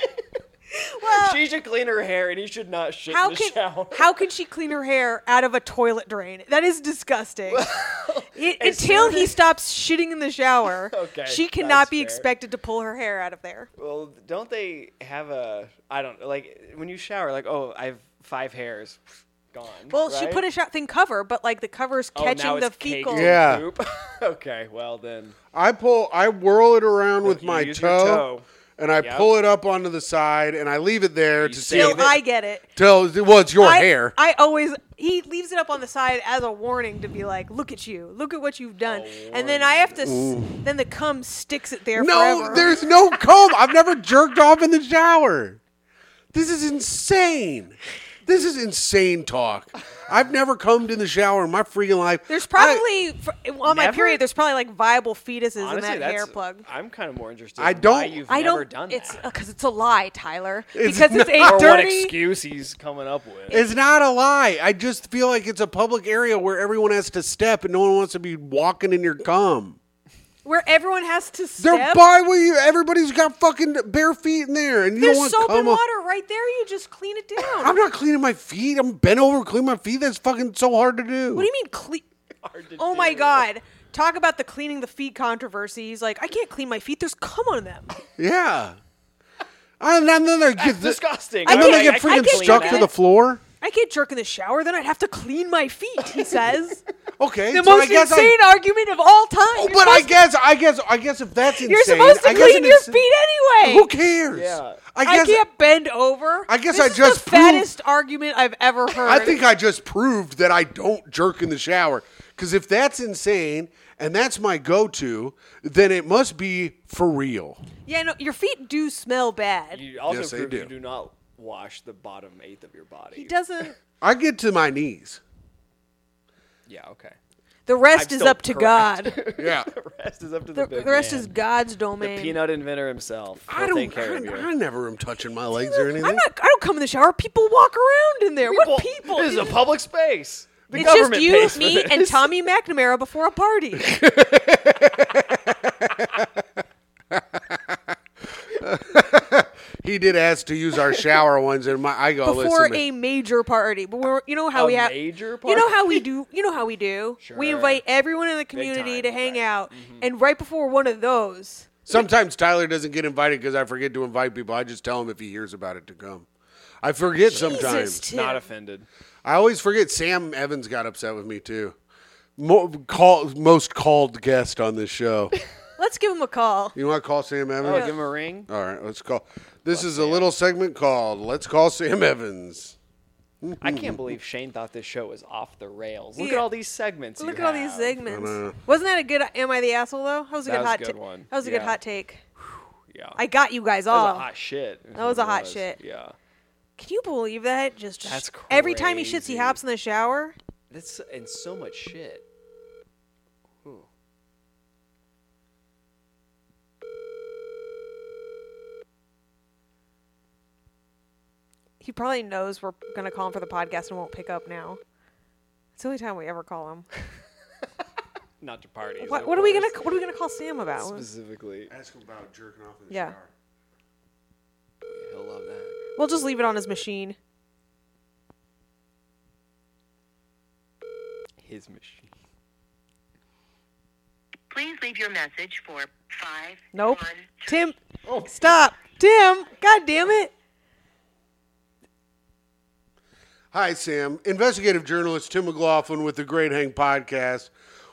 B: Well,
C: she should clean her hair, and he should not shit
B: how
C: in the
B: can
C: shower.
B: how can she clean her hair out of a toilet drain? That is disgusting. It-
C: [laughs] as
B: until
C: soon
B: he
C: as-
B: stops shitting in the shower,
C: [laughs] Okay,
B: she
C: that's
B: cannot be
C: fair.
B: expected to pull her hair out of there.
C: [laughs] well, don't they have a? I don't like when you shower. Like, oh, I have five hairs. Gone.
B: Well, she
C: right?
B: put a shot thing cover, but like the cover's
C: Oh,
B: catching
C: now
B: the
C: it's caked
B: fecal.
C: in
A: Yeah.
C: poop. [laughs] okay, well then.
A: I pull, I whirl it around with
C: You
A: my toe,
C: use your toe.
A: and I
C: Yep.
A: pull it up onto the side, and I leave it there to see.
C: save
B: Till
A: If
C: it.
B: I get it.
A: till well, it's your
B: I,
A: hair.
B: I always he leaves it up on the side as a warning to be like, look at you, look at what you've done, and then I have to. S- then the cum sticks it there.
A: no,
B: forever.
A: there's no comb. I've never jerked off in the shower. This is insane. This is insane talk. I've never combed in the shower in my freaking life.
B: There's
A: I,
B: probably for, on my
C: Never?
B: period. There's probably like viable fetuses
C: Honestly,
B: in that
C: that's,
B: hair plug.
C: I'm kind of more interested.
A: I
C: in Why
A: don't-
C: you've
B: I
C: never
B: don't.
C: done
B: it's
C: that.
B: because it's a lie, Tyler.
A: It's
B: because it's
A: not-
B: a
C: or what
B: dirty.
C: excuse he's coming up with.
A: it's not a lie. I just feel like it's a public area where everyone has to step, and no one wants to be walking in your cum.
B: Where everyone has to
A: They're
B: step.
A: by where you. Everybody's got fucking bare feet in there, and you
B: There's
A: don't want
B: soap
A: cum
B: and
A: on-
B: water right there. You just clean it down.
A: I'm not cleaning my feet. I'm bent over, clean my feet. That's fucking so hard to do.
B: what do you mean clean?
C: Hard to
B: Oh my
C: do.
B: god! Talk about the cleaning the feet controversy. He's like, I can't clean my feet. There's cum on them.
A: Yeah. And then they get
C: It's disgusting.
A: And then
B: can't-
A: they get
B: I can't
A: freaking
B: clean
A: stuck
B: that.
A: to the floor. [laughs]
B: I can't jerk in the shower. Then I'd have to clean my feet. He says.
A: Okay,
B: The
A: so I
B: most
A: guess I-
B: insane argument of all time.
A: Oh,
B: You're
A: but I
B: supposed-
A: guess, I guess, I guess if that's insane,
B: you're supposed to
A: I guess
B: clean
A: an
B: your
A: insane-
B: feet anyway.
A: Who cares?
C: Yeah.
A: I
B: I,
A: guess. I,
B: can't bend over.
A: I guess
B: This
A: I
B: is
A: just
B: the
A: proved-
B: fattest argument I've ever heard.
A: think I just proved that I don't jerk in the shower. Because if that's insane and that's my go-to, then it must be for real.
B: yeah, no, your feet do smell bad.
C: You also
A: Yes, they
C: proved
A: do.
C: you do not wash the bottom eighth of your body.
B: He doesn't.
A: I get to my knees.
C: Yeah, okay. [laughs]
B: The rest
C: I'm
B: is
C: still
B: up to God. [laughs]
A: Yeah.
C: The rest is up to [laughs] the,
B: The,
C: big
B: the rest
C: man.
B: is God's
C: the
B: domain.
C: peanut inventor himself.
A: I
C: will take
A: don't.
C: care
A: I,
C: of you.
A: I never am touching my legs or anything.
B: I'm not. I don't come in the shower. People walk around in there. what people?
C: This is a public space. The
B: it's
C: government
B: just you,
C: pays for
B: me,
C: this.
B: and Tommy McNamara before a
C: [laughs]
B: party.
A: he did ask to use our shower ones, and my I go
B: before
A: listen.
B: a major party. But we're, you know how
C: A
B: we have
C: major
B: You know
C: party?
B: how we do. You know how we do. We
C: Sure.
B: invite everyone in the community
C: time, Mm-hmm.
B: to hang
C: right.
B: out, and right before one of those,
A: Sometimes Tyler doesn't get invited because I forget to invite people. I just tell him if he hears about it to come. I forget sometimes.
B: Jesus,
C: [laughs] Not
B: Tim.
C: offended.
A: I always forget. Sam Evans got upset with me too. Mo- call, most called guest on this
B: [laughs]
A: show.
B: Let's give him a call.
A: You want to call Sam
C: Oh,
A: Evans?
C: give him a ring.
A: All right, let's call. This is a little segment called "Let's Call Sam Evans."
C: I can't believe Shane thought this show was off the rails. Look
B: Mm-hmm. Yeah.
C: at all these segments.
B: Look
C: you
B: at all these
C: have.
B: segments.
A: know.
B: Wasn't that a good? Am I the asshole though? That was a
C: That
B: good
C: was
B: hot.
C: a
B: ta-
C: good one.
B: That was a good
C: Yeah.
B: hot take.
C: Yeah.
B: I got you guys
C: that was
B: all.
C: a hot shit. is
B: That
C: what
B: was a
C: it
B: hot shit.
C: Yeah.
B: Can you believe that? Just
C: That's
B: every time he shits, he
C: crazy.
B: hops in the shower.
C: That's and so much shit. Ooh.
B: He probably knows we're gonna call him for the podcast and won't pick up now. It's the only time we ever call him.
C: Not to parties.
B: What,
C: of
B: what are we gonna
C: course.
B: What are we gonna call Sam about?
C: specifically?
A: Ask him about jerking off in
B: the Yeah. shower.
C: He'll love that.
B: We'll just leave it on his machine. [laughs]
C: His machine.
D: Please leave your message for five.
B: Nope.
D: one,
B: Tim,
C: Oh.
B: stop. Tim, god damn it.
A: Hi, Sam. Investigative journalist Tim McLaughlin with the Great Hang Podcast.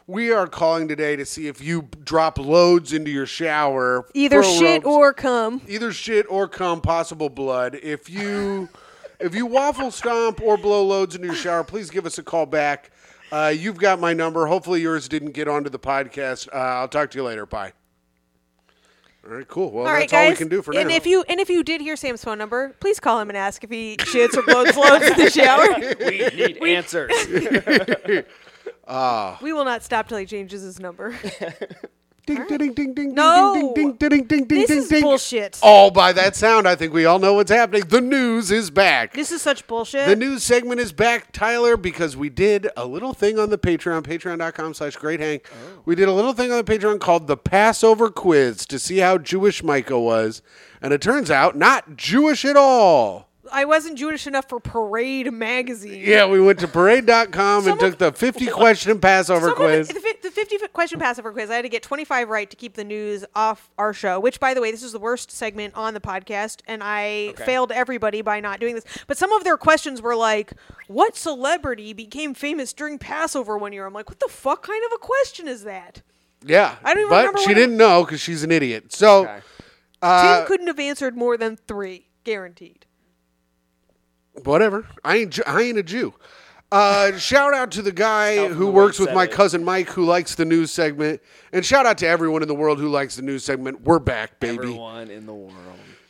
A: We are calling today to see if you drop loads into your shower.
B: Either
A: throw
B: shit
A: ropes-
B: or cum.
A: either shit or cum, possible blood. If you if you waffle stomp or blow loads into your shower, please give us a call back. Uh, you've got my number. Hopefully, yours didn't get onto the podcast. Uh, I'll talk to you later. Bye. All right, cool. Well,
B: all right,
A: that's
B: guys.
A: all we can do for
B: and
A: now.
B: if you and if you did hear Sam's phone number, please call him and ask if he shits or blows loads in
A: [laughs]
B: the
C: [laughs]
B: shower.
C: We need answers.
B: [laughs] We will not stop till he changes his number.
A: ding, ding, ding, ding, ding,
B: No.
A: ding, ding, ding, ding, ding, ding,
B: This
A: ding,
B: is
A: ding.
B: bullshit.
A: All by that sound, I think we all know what's happening. The news is back.
B: [laughs] This is such bullshit.
A: The news segment is back, Tyler, because we did a little thing on the Patreon, patreon.com slash great hang.
B: Oh.
A: We did a little thing on the Patreon called the Passover quiz to see how Jewish Micah was. And it turns out not Jewish at all.
B: I wasn't Jewish enough for Parade magazine.
A: Yeah, we went to parade.com and
B: Someone-
A: took the 50
B: [laughs]
A: question Passover
B: Someone-
A: quiz.
B: The, fif- the 50 question Passover quiz, I had to get 25 right to keep the news off our show, which, by the way, this is the worst segment on the podcast, and I failed everybody by not doing this. But some of their questions were like, What celebrity became famous during Passover one year? I'm like, What the fuck kind of a question is that?
A: yeah.
B: I don't even
A: but
B: remember
A: she
B: what it-
A: didn't know because she's an idiot. So.
C: Okay.
A: Uh,
B: Tim couldn't have answered more than three, guaranteed.
A: whatever. I ain't. Ju- I ain't a Jew. Uh, shout out to the guy
C: from
A: who
C: the
A: works
C: way
A: with
C: said
A: my
C: it.
A: cousin Mike, who likes the news segment, and shout out to everyone in the world who likes the news segment. We're back, baby.
C: Everyone in the world.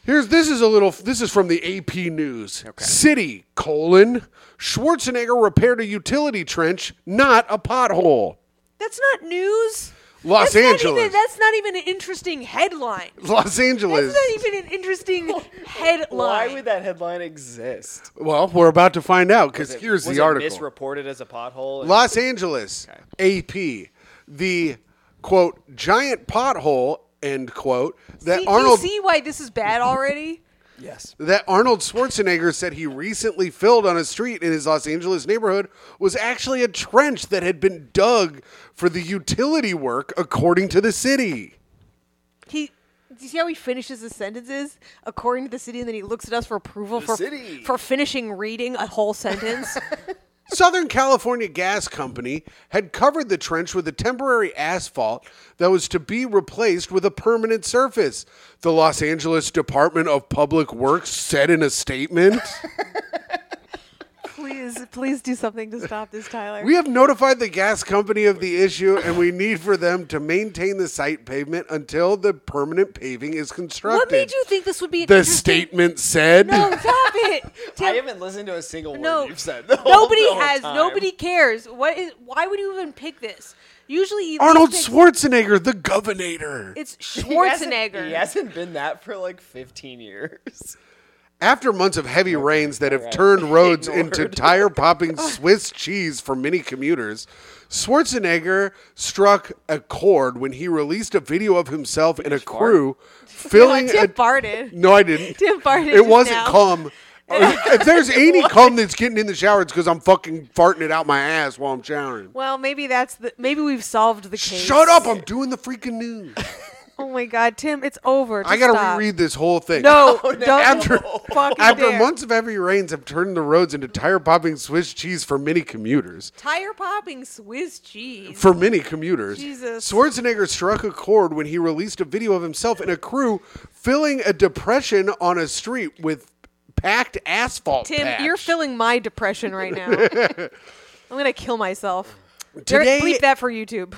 A: Here's this is a little. This is from the AP News. City colon Schwarzenegger repaired a utility trench, not a pothole.
B: That's not news.
A: Los
B: That's not
A: Angeles.
B: even- that's not even an interesting headline.
A: Los
B: That's
A: Angeles.
B: not even an interesting headline.
C: Why would that headline exist?
A: well, we're about to find out because
C: It-
A: here's
C: was
A: the
C: it
A: article.
C: Misreported as a pothole. and-
A: Los Angeles, AP, the quote giant pothole end quote that
B: See- do
A: Arnold
B: you see why this is bad already?
C: yes.
A: that Arnold Schwarzenegger said he recently filled on a street in his Los Angeles neighborhood was actually a trench that had been dug for the utility work, according to the city.
B: He. Do you see how he finishes his sentences according to the city, and then he looks at us for approval for
A: [laughs]
C: city.
B: for finishing reading a whole sentence?
A: Southern California Gas Company had covered the trench with a temporary asphalt that was to be replaced with a permanent surface. The Los Angeles Department of Public Works said in a
B: [laughs]
A: statement.
B: Please, please do something to stop this, Tyler.
A: We have notified the gas company of the issue, and we need for them to maintain the site pavement until the permanent paving is
B: what
A: constructed.
B: made you think this would be an
A: the
B: interesting-
A: statement said. [laughs]
B: No, stop it.
C: I
B: Tim,
C: haven't listened to a single word
B: no,
C: you've said. the whole-
B: nobody
C: [laughs] the whole
B: has.
C: time.
B: Nobody cares. What is? Why would you even pick this? Usually, you
A: Arnold
B: pick-
A: Schwarzenegger, the governor.
B: It's
C: [laughs] He hasn't-
B: Schwarzenegger.
C: He hasn't been that for like 15 years.
A: After months of heavy rains that have
B: [laughs]
C: right.
A: turned roads into
C: Ignored.
A: tire popping Swiss cheese for many commuters, Schwarzenegger struck a chord when he released a video of himself and a
B: [laughs]
A: crew filling
B: Tim
A: a.
B: farted.
A: No, I
B: [laughs]
A: didn't.
B: Tim farted
A: It
B: just
A: wasn't
B: now. [laughs]
A: cum. Uh, if there's any cum that's getting in the shower, it's because I'm fucking farting it out my ass while I'm showering.
B: Well, maybe that's the. Maybe we've solved the case.
A: Shut up! I'm doing the freaking news.
B: [laughs] Oh my God, Tim, it's over.
A: I
B: Just
A: gotta
B: stop.
A: reread this whole thing.
C: [laughs]
B: No,
C: Oh,
B: don't
A: After-
B: fucking
A: After
B: dare.
A: months of heavy rains have turned the roads into tire popping Swiss cheese for many commuters.
B: tire popping Swiss cheese.
A: For many commuters.
B: Jesus.
A: Schwarzenegger struck a chord when he released a video of himself and a crew filling a depression on a street with packed asphalt.
B: Tim,
A: patch.
B: you're filling my depression right
A: [laughs]
B: now. I'm gonna kill myself. There-
A: Today-
B: bleep that for YouTube.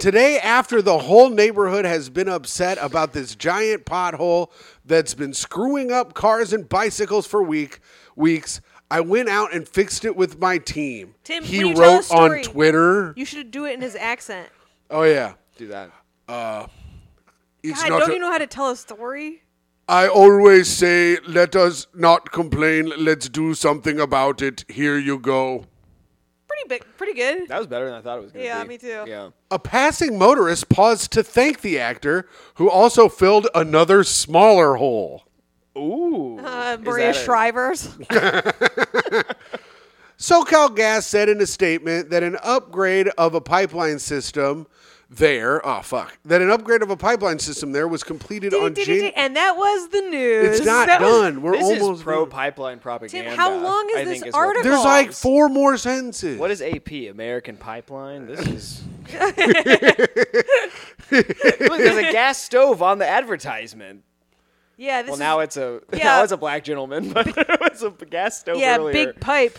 A: Today, after the whole neighborhood has been upset about this giant pothole that's been screwing up cars and bicycles for week weeks, I went out and fixed it with my team.
B: Tim,
A: he
B: will you
A: wrote
B: tell a story?
A: on Twitter.
B: You should do it in his accent.
A: Oh yeah,
C: Do that.
A: it's
B: God,
A: not.
B: don't
A: a-
B: you know how to tell a story?
A: I always say, let us not complain. Let's do something about it. Here you go.
B: Pretty big, pretty good.
C: That was better than I thought it was going to
B: Yeah,
C: be.
B: me too.
C: Yeah.
A: A passing motorist paused to thank the actor, who also filled another smaller hole.
C: Ooh.
B: Uh,
C: Is
B: Maria
C: that a-
B: Shriver's.
A: SoCal Gas said in a statement that an upgrade of a pipeline system there, oh fuck, that an upgrade of a pipeline system there was completed on Jan-
B: and that was the news.
A: It's not
B: That was-
A: done. We're
C: This
A: almost
C: is pro pipeline propaganda.
B: how long is
C: I
B: this
C: think what-
B: article?
A: There's like four more sentences.
C: What is AP? American Pipeline?
B: [laughs]
C: This is. Look, there's a gas stove on the advertisement.
B: Yeah, this
C: Well,
B: is,
C: now it's a [laughs]
B: Yeah.
C: now it's a black gentleman, but [laughs] it was a gas stove
B: yeah,
C: earlier.
B: big pipe.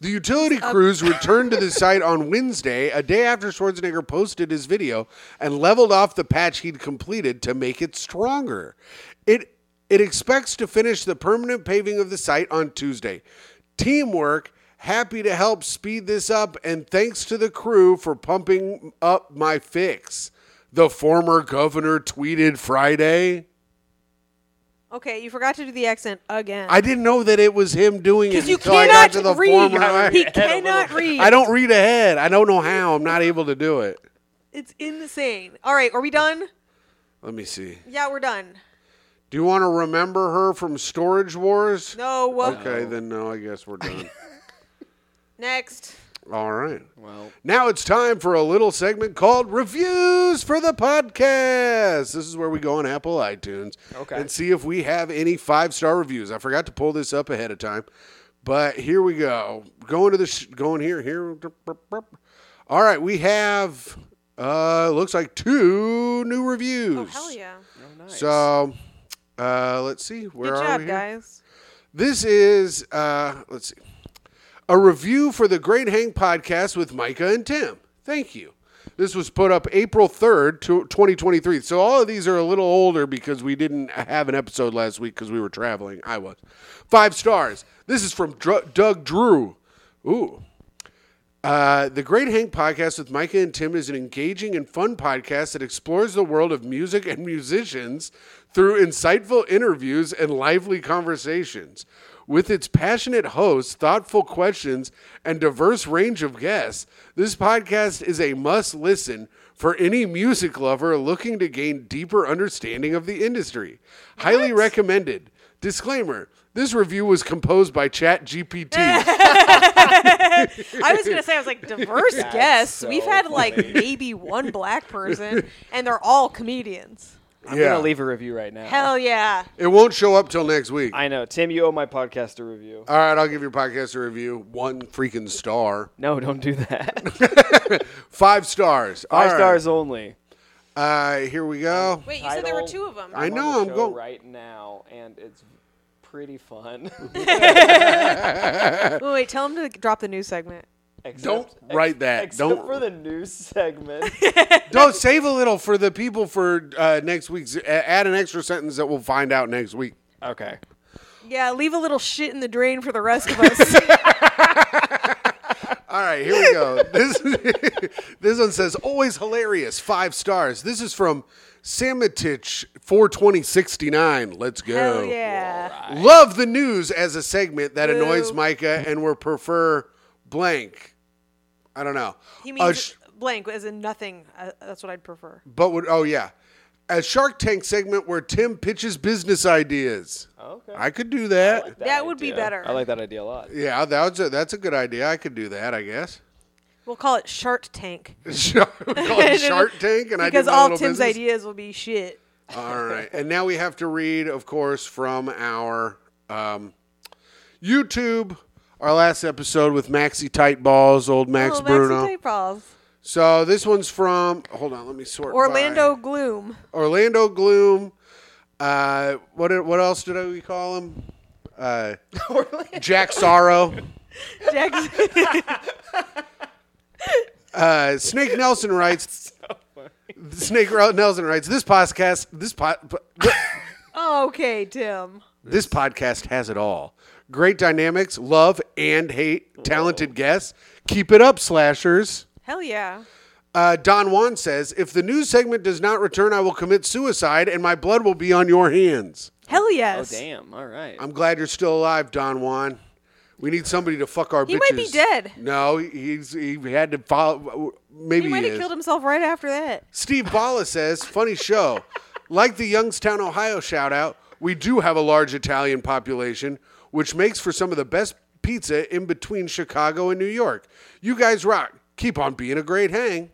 A: The utility crews returned to the site on Wednesday, a day after Schwarzenegger posted his video and leveled off the patch he'd completed to make it stronger. It it expects to finish the permanent paving of the site on Tuesday. Teamwork happy to help speed this up and thanks to the crew for pumping up my fix. The former governor tweeted Friday.
B: Okay, you forgot to do the accent again.
A: I didn't know that it was him doing it
B: because you
A: until I got
B: cannot
A: to the
B: read.
A: former.
B: He
C: a little
B: cannot
C: bit.
A: [laughs]
B: read.
A: I don't read ahead. I don't know how. I'm not able to do it.
B: It's insane. All right, are we done?
A: Let me see.
B: Yeah, we're done.
A: Do you want to remember her from Storage Wars?
B: No. uh,
A: Okay, then no, I guess we're done.
B: Next.
A: All right.
C: Well,
A: Now it's time for a little segment called Reviews for the Podcast. This is where we go on Apple iTunes
C: Okay.
A: and see if we have any five star reviews. I forgot to pull this up ahead of time, but here we go. Going to the sh- going here here. All right, we have uh looks like two new reviews.
B: Oh hell yeah!
C: nice.
A: So uh, let's see. Where
B: Good
A: are we
B: job,
A: here? [laughs]
B: guys.
A: This is uh, let's see, a review for the Great Hang podcast with Micah and Tim. Thank you. This was put up April third, twenty twenty three. So all of these are a little older because we didn't have an episode last week because we were traveling. I was five stars. This is from Dr- Doug Drew. Ooh. Uh, the Great Hang Podcast with Micah and Tim is an engaging and fun podcast that explores the world of music and musicians through insightful interviews and lively conversations. With its passionate hosts, thoughtful questions, and diverse range of guests, this podcast is a must listen for any music lover looking to gain deeper understanding of the industry. Highly recommended. Disclaimer this review was composed by
C: [laughs]
A: ChatGPT.
B: I was gonna say I was like diverse guests.
C: so
B: We've had like
C: funny.
A: [laughs]
B: maybe one black person, and they're all comedians.
C: I'm
A: Yeah.
C: gonna leave a review right now.
B: Hell yeah.
A: It won't show up till next week.
C: I know, Tim. You owe my podcast a review.
A: All right, I'll give your podcast a review. One freaking star.
C: No, don't
A: [laughs]
C: do that.
A: Five stars. All
C: Five
A: right.
C: stars only.
A: Uh, here we go.
B: Wait, you said there were
C: Title-
B: two of them.
A: I
C: on
A: know,
C: the
A: I'm
C: show
A: go-
C: right now, and it's pretty fun. [laughs]
B: Wait, wait, tell him to drop the news segment.
C: Except-
A: Don't write that.
C: Except
A: Don't-
C: for the
A: [laughs]
C: news [laughs] segment.
A: Don't save a little for the people for uh, next week's. a- Add an extra sentence that we'll find out next week.
C: okay.
B: Yeah, leave a little shit in the drain for the rest
A: [laughs]
B: of us.
A: All right, here we
C: [laughs]
A: go. this [laughs] this one says always hilarious. Five stars. This is from Samatich four twenty sixty nine. Let's go.
B: Hell yeah.
A: Love the news as a segment that
B: Boo.
A: annoys Micah and will prefer blank. I don't know.
B: He
A: A
B: means
A: sh-
B: blank, as in nothing. Uh, that's what I'd prefer.
A: but would oh yeah, a Shark Tank segment where Tim pitches business ideas.
C: Okay.
A: I could do that.
B: That would be
C: idea.
B: better.
C: I like that idea a lot. Oh,
A: yeah, that's a that's a good idea. I could do that. I guess. [laughs]
B: We'll call it Shark Tank.
A: Shark, we call
B: [laughs]
A: it Shark Tank, and I do
B: because
A: my
B: all
A: little
B: Tim's
A: business.
B: ideas will be shit.
A: All right. And now we have to read, of course, from our um, YouTube, our last episode with Maxi Tight Balls, old Max
B: oh,
A: Bruno.
B: Maxi Tepals.
A: so this one's from, hold on, let me sort.
B: Orlando Gloom. [laughs]
A: by- Orlando Gloom. Uh, what, did- what else did I, we call him? Uh, Jack Sorrow.
B: Jack-
A: Uh, Snake Nelson writes. Snake Ro- Nelson writes this podcast. This po- po-
B: Oh, okay, Tim.
A: This podcast has it all. Great dynamics, love and hate, talented guests. Keep it up, slashers.
B: Hell yeah.
A: Uh, Don Juan says, if the news segment does not return, I will commit suicide and my blood will be on your hands.
B: Hell
C: Oh
B: yes.
C: damn! All right.
A: I'm glad you're still alive, Don Juan. We need somebody to fuck our
B: He
A: bitches.
B: might be dead.
A: No, he's he had to follow. Maybe
B: He
A: he,
B: might have
A: is.
B: killed himself right after that.
A: Steve Bala says, funny show. Like the Youngstown, Ohio shout out, we do have a large Italian population, which makes for some of the best pizza in between Chicago and New York. You guys rock. Keep on being a great hang.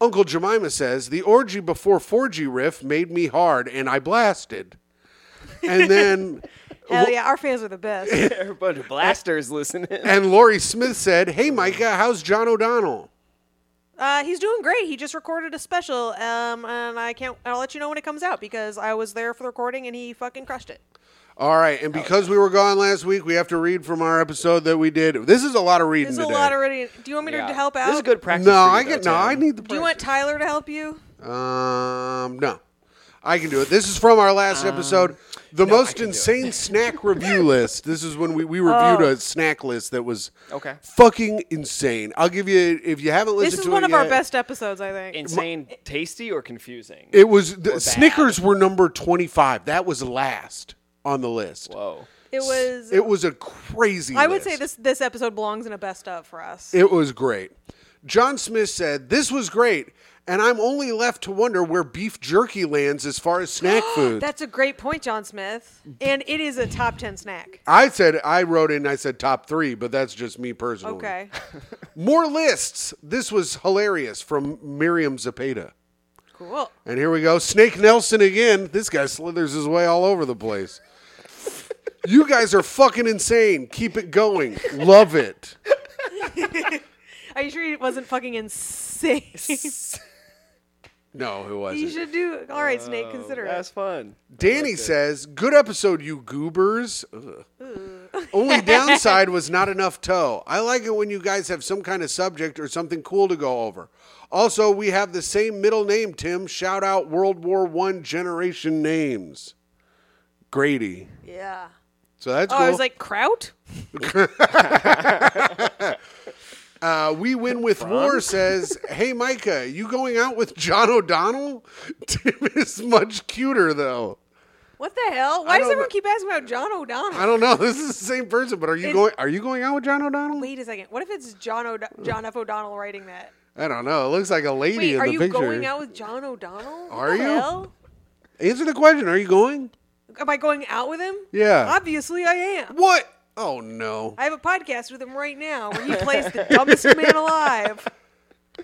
A: Uncle Jemima says, the orgy before 4G riff made me hard and I blasted. And
B: [laughs]
A: then
B: Hell yeah. Our fans are the best.
C: There are [laughs] a bunch of
B: [laughs]
C: blasters listening.
A: and Lori Smith said, Hey Micah, how's John O'Donnell?
B: Uh, he's doing great. He just recorded a special, um, and I can't. I'll let you know when it comes out because I was there for the recording, and he fucking crushed it.
A: All right, and because we were gone last week, we have to read from our episode that we did. This is a lot of reading
B: There's a
A: today.
B: lot already. Do you want me to help out?
C: This is good practice.
A: No,
C: for you,
A: I
C: though,
A: get no. I
C: Tim.
A: need the.
B: Do you want Tyler to help you?
A: Um, no, I can do it. This is from our last
C: Um,
A: episode, the most
C: [laughs]
A: insane snack review list. This is when we we reviewed
B: Oh.
A: a snack list that was
C: Okay.
A: fucking insane. I'll give you if you haven't listened
B: This is
A: to
B: one
A: it
B: of our
A: yet,
B: best episodes, I think.
C: insane, tasty, or confusing.
A: It was the, Snickers were number twenty five. That was last on the list.
C: Whoa.
B: It was.
A: It was a crazy.
B: I
A: list.
B: would say this this episode belongs in a best of for us.
A: It was great. John Smith said, This was great, and I'm only left to wonder where beef jerky lands as far as
B: [gasps]
A: snack food.
B: That's a great point, John Smith, and it is a top ten snack.
A: I said, I wrote in, I said top three, but that's just me personally.
B: Okay.
A: More lists. This was hilarious from Miriam Zapata.
B: Cool.
A: And here we go. Snake Nelson again. This guy slithers his way all over the place. you guys are fucking insane. Keep it going. Love it.
B: Are you sure it wasn't fucking insane?
A: No, who was
B: [laughs] you
A: it?
B: should do. All right, Snake, consider
C: That's
B: it.
C: fun.
A: Danny says, "Good episode, you goobers." Ugh.
B: [laughs]
A: Only downside was not enough toe. I like it when you guys have some kind of subject or something cool to go over. Also, we have the same middle name, Tim. Shout out World War One generation names. Grady.
B: Yeah.
A: So that's
B: Oh,
A: cool.
B: I was like Kraut.
A: Uh, we win with war says, "Hey Micah, you going out with John O'Donnell? [laughs] Tim is much cuter though."
B: What the hell? Why does
A: don't
B: everyone
A: know.
B: keep asking about John O'Donnell?
A: I don't know. [laughs] This is the same person, but are you
B: It's-
A: going? Are you going out with John O'Donnell?
B: Wait a second. What if it's John O'D- John F. O'Donnell writing that?
A: I don't know. It looks like a lady
B: Wait,
A: in
B: are
A: the
B: you
A: picture.
B: going out with John O'Donnell? What
A: Are
B: the
A: you?
B: Hell?
A: Answer the question. Are you going?
B: Am I going out with him?
A: Yeah.
B: Obviously, I am.
A: What? Oh no.
B: I have a podcast with him right now where he plays the dumbest man alive.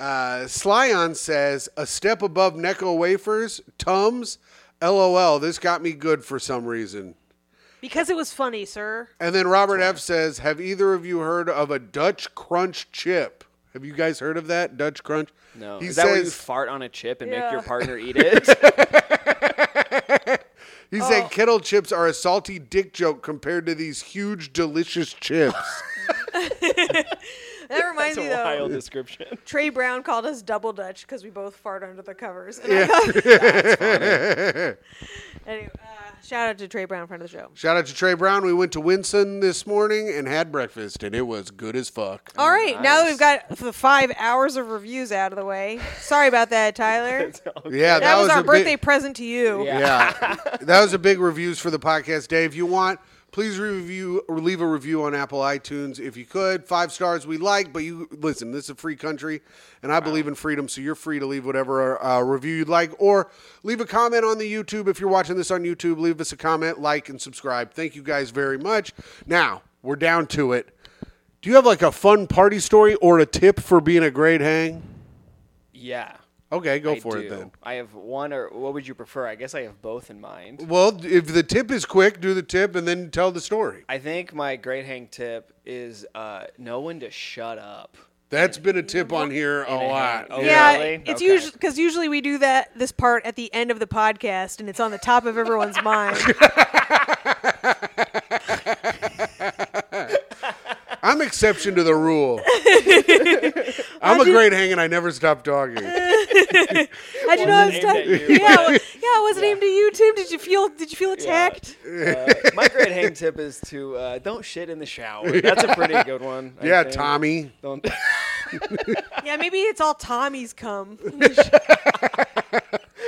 A: Uh, Slyon says a step above Necco wafers, Tums, LOL, this got me good for some reason.
B: Because it was funny, sir.
A: And then Robert F says, "Have either of you heard of a Dutch crunch chip? Have you guys heard of that Dutch crunch?"
C: No.
A: He
C: Is that where you
A: says
C: fart on a chip and make your
B: Yeah.
A: [laughs]
C: partner eat it?
A: he
B: Oh.
A: said kettle chips are a salty dick joke compared to these huge delicious
C: [laughs]
A: chips.
B: That reminds
C: [laughs] That's
B: me
C: a
B: though.
C: wild description.
B: Trey Brown called us double Dutch because we both fart under the covers. And I
A: [laughs]
B: thought- anyway, uh, shout out to Trey Brown, friend of the show.
A: Shout out to Trey Brown. We went to Winson this morning and had breakfast, and it was good as fuck.
B: All right, now that we've got the five hours of reviews out of the way. Sorry about that,
C: [laughs]
B: Tyler.
A: Yeah, that,
B: that was, our
A: a
B: birthday
A: Big,
B: present to you.
C: Yeah.
A: yeah, that was a big reviews for the podcast day. If you want, please review or leave a review on Apple iTunes if you could. Five stars we like, but you listen. This is a free country, and I believe in freedom, so you're free to leave whatever uh, review you'd like, or leave a comment on the YouTube if you're watching this on YouTube. Leave us a comment, like, and subscribe. Thank you guys very much. Now we're down to it. Do you have like a fun party story or a tip for being a great hang?
C: Yeah.
A: Okay, go
C: I
A: for
C: do.
A: it then.
C: I have one, or what would you prefer? I guess I have both in mind.
A: Well, if the tip is quick, do the tip and then tell the story.
C: I think my great hang tip is uh, know when to shut up.
A: That's been a tip on here a
C: a
A: lot.
C: hand. Oh,
B: Yeah,
C: Really?
B: it's
C: Okay.
B: usually because usually we do that this part at the end of the podcast, and it's on the top of everyone's
C: [laughs]
B: mind.
A: I'm exception to the
C: [laughs]
A: rule. [laughs] I'm a great hang and I never stop
C: [laughs]
A: talking.
B: How'd you know I was
C: aimed
B: talking?
C: at you.
B: Yeah, well, yeah, it wasn't aimed at you, Tim. Did you feel? Did you feel attacked?
C: Uh, my great hang tip is to uh, don't shit in the
A: [laughs]
C: shower. That's a pretty good one. I
A: Yeah,
C: think.
A: Tommy.
C: Don't. [laughs]
B: Yeah, maybe it's all Tommy's come [laughs]
C: [laughs]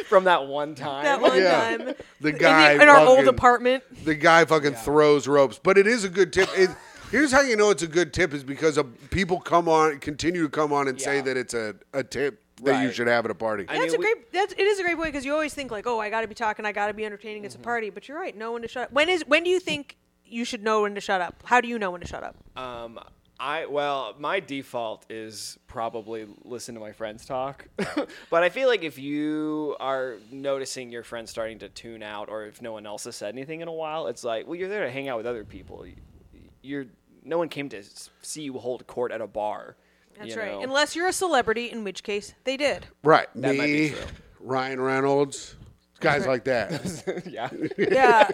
C: from that one time.
B: that one
A: Yeah.
B: time. In
A: The
B: the-
A: guy
B: in, our old
A: fucking-
B: apartment.
A: The guy fucking throws ropes, but it is a good tip. It, here's how you know it's a good tip is because of people come on, continue to come on and say
C: Yeah.
A: that it's a, a tip that you
C: Right.
A: should have at a party.
C: I
B: That's
C: mean,
B: a
C: we-
B: great. That's it is a great point because you always think like, oh, I got to be talking, I got to be entertaining. It's a
C: Mm-hmm.
B: party, but you're right. No one to shut. up. When is when do you think you should know when to shut up? How do you know when to shut up?
C: Um, I well, my default is probably listen to my friends talk, [laughs] but I feel like if you are noticing your friends starting to tune out, or if no one else has said anything in a while, it's like, well, you're there to hang out with other people. You're no one came to s- see you hold court at a bar.
B: That's
C: you
B: right.
C: know?
B: Unless you're a celebrity, in which case they
C: [laughs]
B: did.
A: Right.
C: That might be
A: Me,
C: true.
A: Ryan Reynolds, guys like
C: [laughs]
A: that.
C: [laughs]
A: [laughs]
C: yeah,
B: Yeah.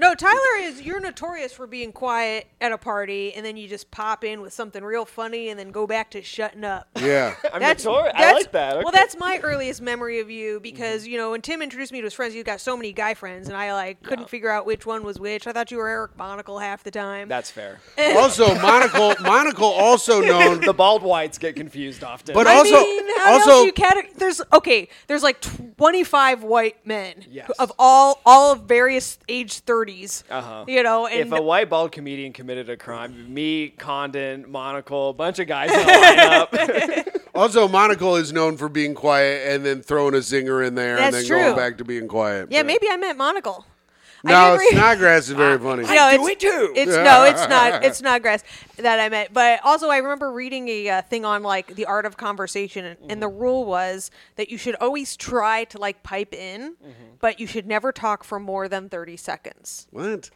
B: no, Tyler is. You're notorious for being quiet at a party, and then you just pop in with something real funny, and then go back to shutting up.
A: Yeah.
C: I'm notori- I like that.
B: Well,
C: Okay.
B: that's my earliest memory of you because you know when Tim introduced me to his friends, you got so many guy friends, and I like couldn't figure out which one was which. I thought you were Eric Monacle half the time.
C: that's fair.
A: Also, Monocle, Monocle
C: [laughs]
A: also known
C: The bald whites get confused often.
A: But
B: I
A: also-
B: mean, how
A: also-
B: else do you cate- there's okay, there's like 25 white men
C: Yes.
B: who- of all all of various age 30s.
C: Uh-huh.
B: You know,
C: if
B: and
C: a white bald comedian committed a crime, me, Condon, Monocle, a bunch of guys in a lineup.
B: [laughs]
A: Also, Monocle is known for being quiet and then throwing a zinger in there and then
B: That's
A: going
B: true.
A: back to being quiet.
B: yeah, maybe I meant monocle. I
A: No,
B: never-
A: Snodgrass is very funny.
B: No,
C: do
B: it's,
C: it too.
B: It's no, it's not. It's not grass that I meant. But also, I remember reading a uh, thing on like the art of conversation, and, and
C: Mm-hmm.
B: the rule was that you should always try to like pipe in,
C: Mm-hmm.
B: but you should never talk for more than thirty seconds.
A: What?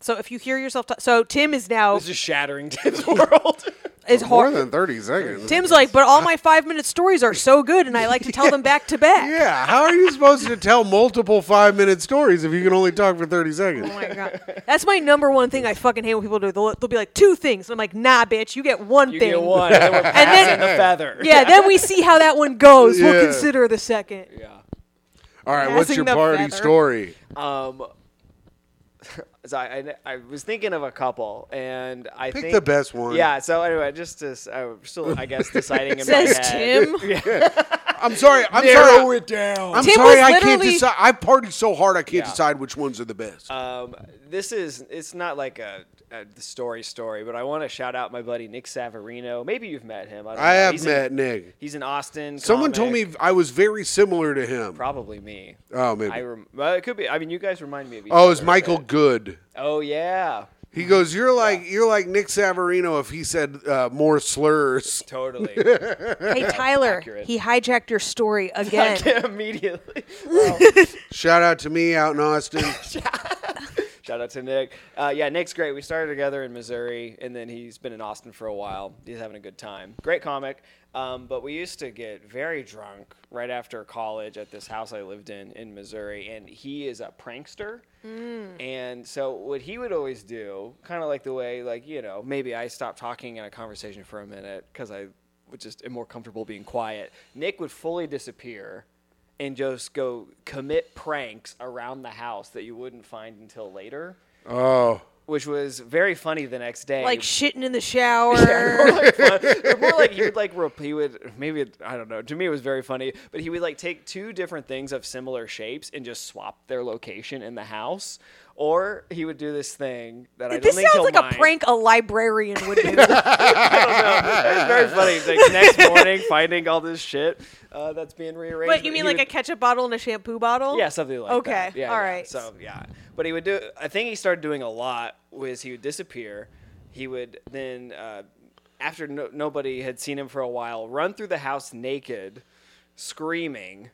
B: So if you hear yourself, ta- so Tim is now
C: This is shattering [laughs] Tim's world.
B: is
A: More
B: hor-
A: than 30 seconds.
B: Tim's like, but all my five minute stories are so good, and I like to tell them back to back.
A: Yeah, how are you supposed to tell multiple five minute stories if you can only talk for 30 seconds?
B: [laughs] Oh my God. That's my number one thing I fucking hate when people do. They'll, they'll be like two things, and I'm like, nah, bitch, you get one
C: You
B: thing.
C: get one, and then we're
B: [laughs] And
C: passing
B: then-
C: the feather.
B: Yeah, then we see how that one goes.
A: Yeah.
B: We'll consider the second.
C: [laughs] Yeah.
A: All right, what's
B: Passing
A: your
B: the
A: party
B: feather.
A: story?
C: Um, so I, I, I was thinking of a couple, and I
A: Pick
C: think
A: the best one.
C: Yeah. So anyway, just to, s- I'm still, I guess,
B: [laughs]
C: deciding in
B: Says
C: my head. [laughs]
B: Tim.
A: I'm sorry. I'm
C: Narrow
A: sorry.
C: it down.
A: I'm
B: Tim
A: sorry.
B: was
A: I can't
B: literally-
A: decide. I partied so hard I can't
C: Yeah.
A: decide which ones are the best.
C: Um, this is it's not like a, a story story, but I want to shout out my buddy Nick Savarino. Maybe you've met him. I, don't
A: I
C: know.
A: have
C: He's
A: met
C: in,
A: Nick.
C: He's in Austin.
A: Someone
C: comic.
A: told me I was very similar to him.
C: oh, probably me.
A: Oh, maybe.
C: I rem- well, it could be. I mean, you guys remind me of each
A: Oh, it's
C: other a
A: Michael
C: bit.
A: Good.
C: Oh yeah.
A: He goes, "You're like you're like Nick Savarino if he said uh, more slurs."
C: Totally. [laughs]
B: Hey Tyler,
C: Accurate.
B: he hijacked your story again.
C: [laughs] Immediately.
A: Shout out to me out in Austin.
C: Shout out to Nick. Uh, yeah, Nick's great. We started together in Missouri, and then he's been in Austin for a while. He's having a good time. Great comic. Um, but we used to get very drunk right after college at this house I lived in in Missouri, and he is a prankster. And so what he would always do, kind of like the way, like you know, maybe I stop talking in a conversation for a minute because I would just am more comfortable being quiet. Nick would fully disappear and just go commit pranks around the house that you wouldn't find until later,
A: Oh,
C: which was very funny the next day. [laughs]
B: like shitting in the shower.
C: Or more like he would like rep- he would maybe it- I don't know. To me, it was very funny, but he would like take two different things of similar shapes and just swap their location in the house, or he would do this thing that I don't
B: This
C: think
B: sounds
C: he'll
B: like
C: mind.
B: a prank a librarian would do.
C: [laughs] It was very funny. Like next morning, finding all this shit uh, that's being rearranged.
B: but you mean
C: he
B: like
C: would-
B: a ketchup bottle and a shampoo bottle?
C: Yeah, something like
B: okay.
C: that. Yeah,
B: all
C: yeah.
B: right.
C: So yeah, but he would do. I think he started doing a lot. Was he would disappear? He would then, uh, after no, nobody had seen him for a while, run through the house naked, screaming,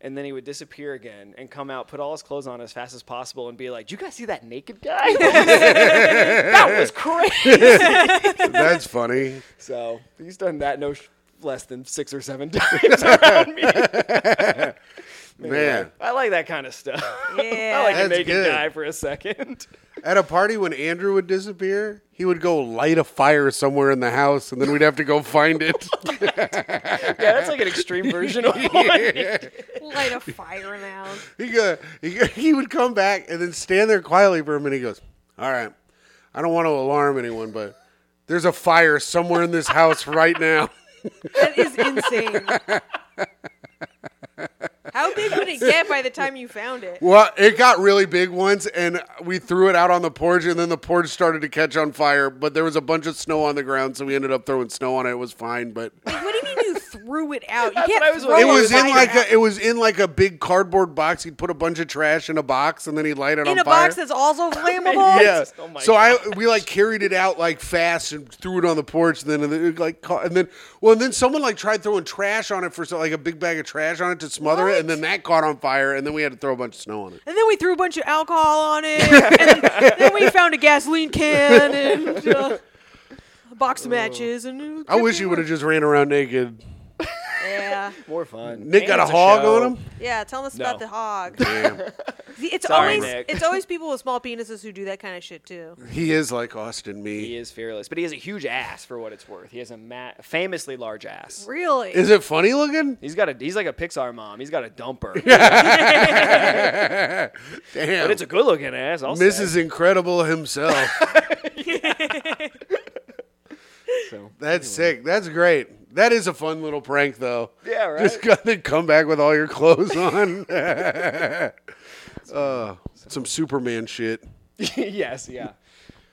C: and then he would disappear again and come out, put all his clothes on as fast as possible, and be like, "Do you guys see that naked [laughs] guy? that [laughs] was crazy."
A: that's funny.
C: so he's done that no sh- less than six or seven [laughs] times around me.
A: Man,
C: I like that kind of stuff. [laughs]
B: Yeah.
C: I like
A: That's
C: to make
A: good.
C: a guy for a second.
A: at a party when Andrew would disappear, he would go light a fire somewhere in the house and then we'd have to go find it. [laughs]
C: Yeah, that's like an extreme version of one.
B: [laughs] Light a fire now.
A: he, go, he, go- he would come back and then stand there quietly for a minute. He goes, All right, I don't want to alarm anyone, but there's a fire somewhere in this house right now. [laughs]
B: That is insane. How big would it get by the time you found it?
A: Well, it got really big once, and we threw it out on the porch, and then the porch started to catch on fire. But there was a bunch of snow on the ground, so we ended up throwing snow on it. It was fine, but
B: Like, what do you mean you threw Oh, it out? You
C: That's
B: can't
C: what I was
B: throw
A: it
C: wondering.
A: was in
B: fire
A: like
B: out.
A: a, it was in like a big cardboard box. He'd put a bunch of trash in a box, and then he'd light it on
B: in a
A: fire.
B: box that's also
C: [laughs]
B: flammable.
A: yeah.
C: Oh my
A: so I we like carried it out like fast and threw it on the porch, and then and then, like ca- and then well, and then someone like tried throwing trash on it for so, like a big bag of trash on it to smother it, and then that caught on fire, and then we had to throw a bunch of snow on it.
B: And then we threw a bunch of alcohol on it. and then, then we found a gasoline can and uh, a box of matches. And it was
A: I
B: good
A: wish
B: for
A: you
B: you.
A: would have just ran around naked.
B: Yeah,
C: More fun.
A: Nick got a hog
C: [laughs]
A: on him.
B: yeah. Tell us about
C: No.
B: the hog. [laughs]
A: Damn.
B: See, It's
C: Sorry,
B: always
C: Nick.
B: it's always people with small penises who do that kind of shit
A: [laughs]
B: too.
A: he is like Austin me.
C: He is fearless, but he has a huge ass for what it's worth. He has a ma- famously large ass.
B: Really?
A: Is it funny looking?
C: He's got a he's like a Pixar mom. He's got
A: [laughs]
C: a dumper,
A: Damn.
C: but it's a good looking ass. I'll say.
A: Mrs. Incredible himself.
C: So,
A: That's sick. That's great. That is a fun little prank though.
C: Yeah, right?
A: Just got to come back with all your clothes on. [laughs] uh, some Superman shit.
C: [laughs] yes, yeah,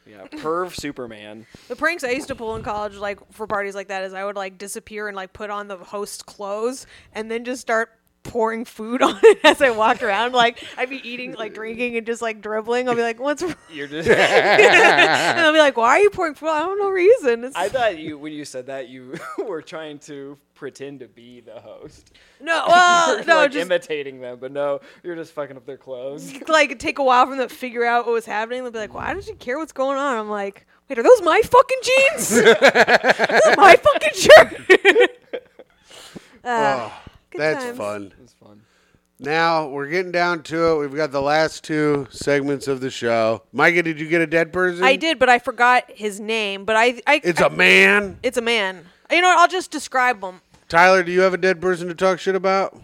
C: yeah. Perv Superman.
B: the pranks I used to pull in college, like for parties like that, is I would like disappear and like put on the host clothes and then just start pouring food [laughs] on it as I walked around. Like I'd be eating, like drinking, and just like dribbling. I'll be like,
C: [laughs]
B: "What's?" wrong?"
C: You're
A: [laughs]
C: just.
B: and I'll be like, "Why are you pouring food? I don't know reason." It's,
C: I thought you when you said that you [laughs] were trying to pretend to be the host.
B: no, well, no,
C: [laughs] like
B: just
C: imitating them, but no, you're just fucking up their clothes.
B: [laughs] like take a while for them to figure out what was happening. They'll be like, "Why don't you care what's going on?" I'm like, "Wait, are those my fucking jeans? Those are my fucking shirt." [laughs] uh, good
A: That's
B: times.
A: fun.
C: It's fun.
A: Now we're getting down to it. We've got the last two segments of the show. Micah, did you get a dead person?
B: I did, but I forgot his name. But I, I
A: It's a man.
B: it's a man. You know, what? I'll just describe him.
A: Tyler, do you have a dead person to talk shit about?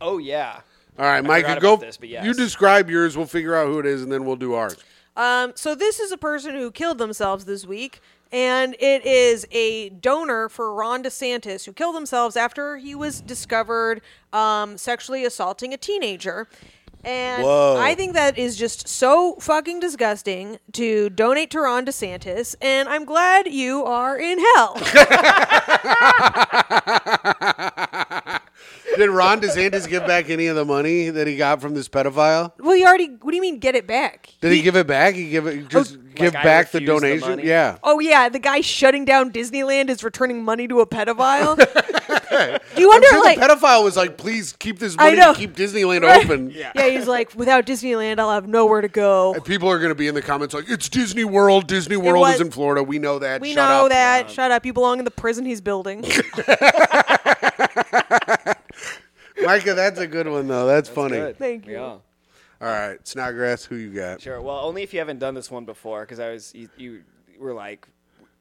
C: Oh yeah.
A: All right, Micah,
C: forgot
A: go.
C: about this, but yes.
A: You describe yours. We'll figure out who it is, and then we'll do ours.
B: Um, so this is a person who killed themselves this week, and it is a donor for Ron DeSantis who killed themselves after he was discovered um, sexually assaulting a teenager. And
A: Whoa.
B: I think that is just so fucking disgusting to donate to Ron DeSantis, and I'm glad
A: [laughs]
B: you are in hell.
A: Did Ron DeSantis give back any of the money that he got from this pedophile?
B: Well, you already. What do you mean, get it back?
A: Did he give it back? He give it just give
C: I
A: back the
C: refuse the
A: donation?
C: money?
A: yeah.
B: Oh yeah, the guy shutting down Disneyland is returning money to a
A: [laughs]
B: pedophile. do you wonder,
A: I'm sure
B: like,
A: the pedophile was like, please keep this
B: I
A: money
B: know.
A: to keep Disneyland
B: Right.
A: open.
B: Yeah. he's like, without Disneyland, I'll have nowhere to go.
A: And people are going to be in the comments like, it's Disney World. Disney World
B: was-
A: is in Florida. We know that.
B: We
A: Shut
B: know
A: up.
B: that. Shut up. You belong in the prison he's building.
A: Micah, that's a good one, though. That's, funny.
C: Good.
B: Thank you.
C: Yeah.
A: All right. Snodgrass, who you got?
C: Sure. Well, only if you haven't done this one before, because I was you, you were like,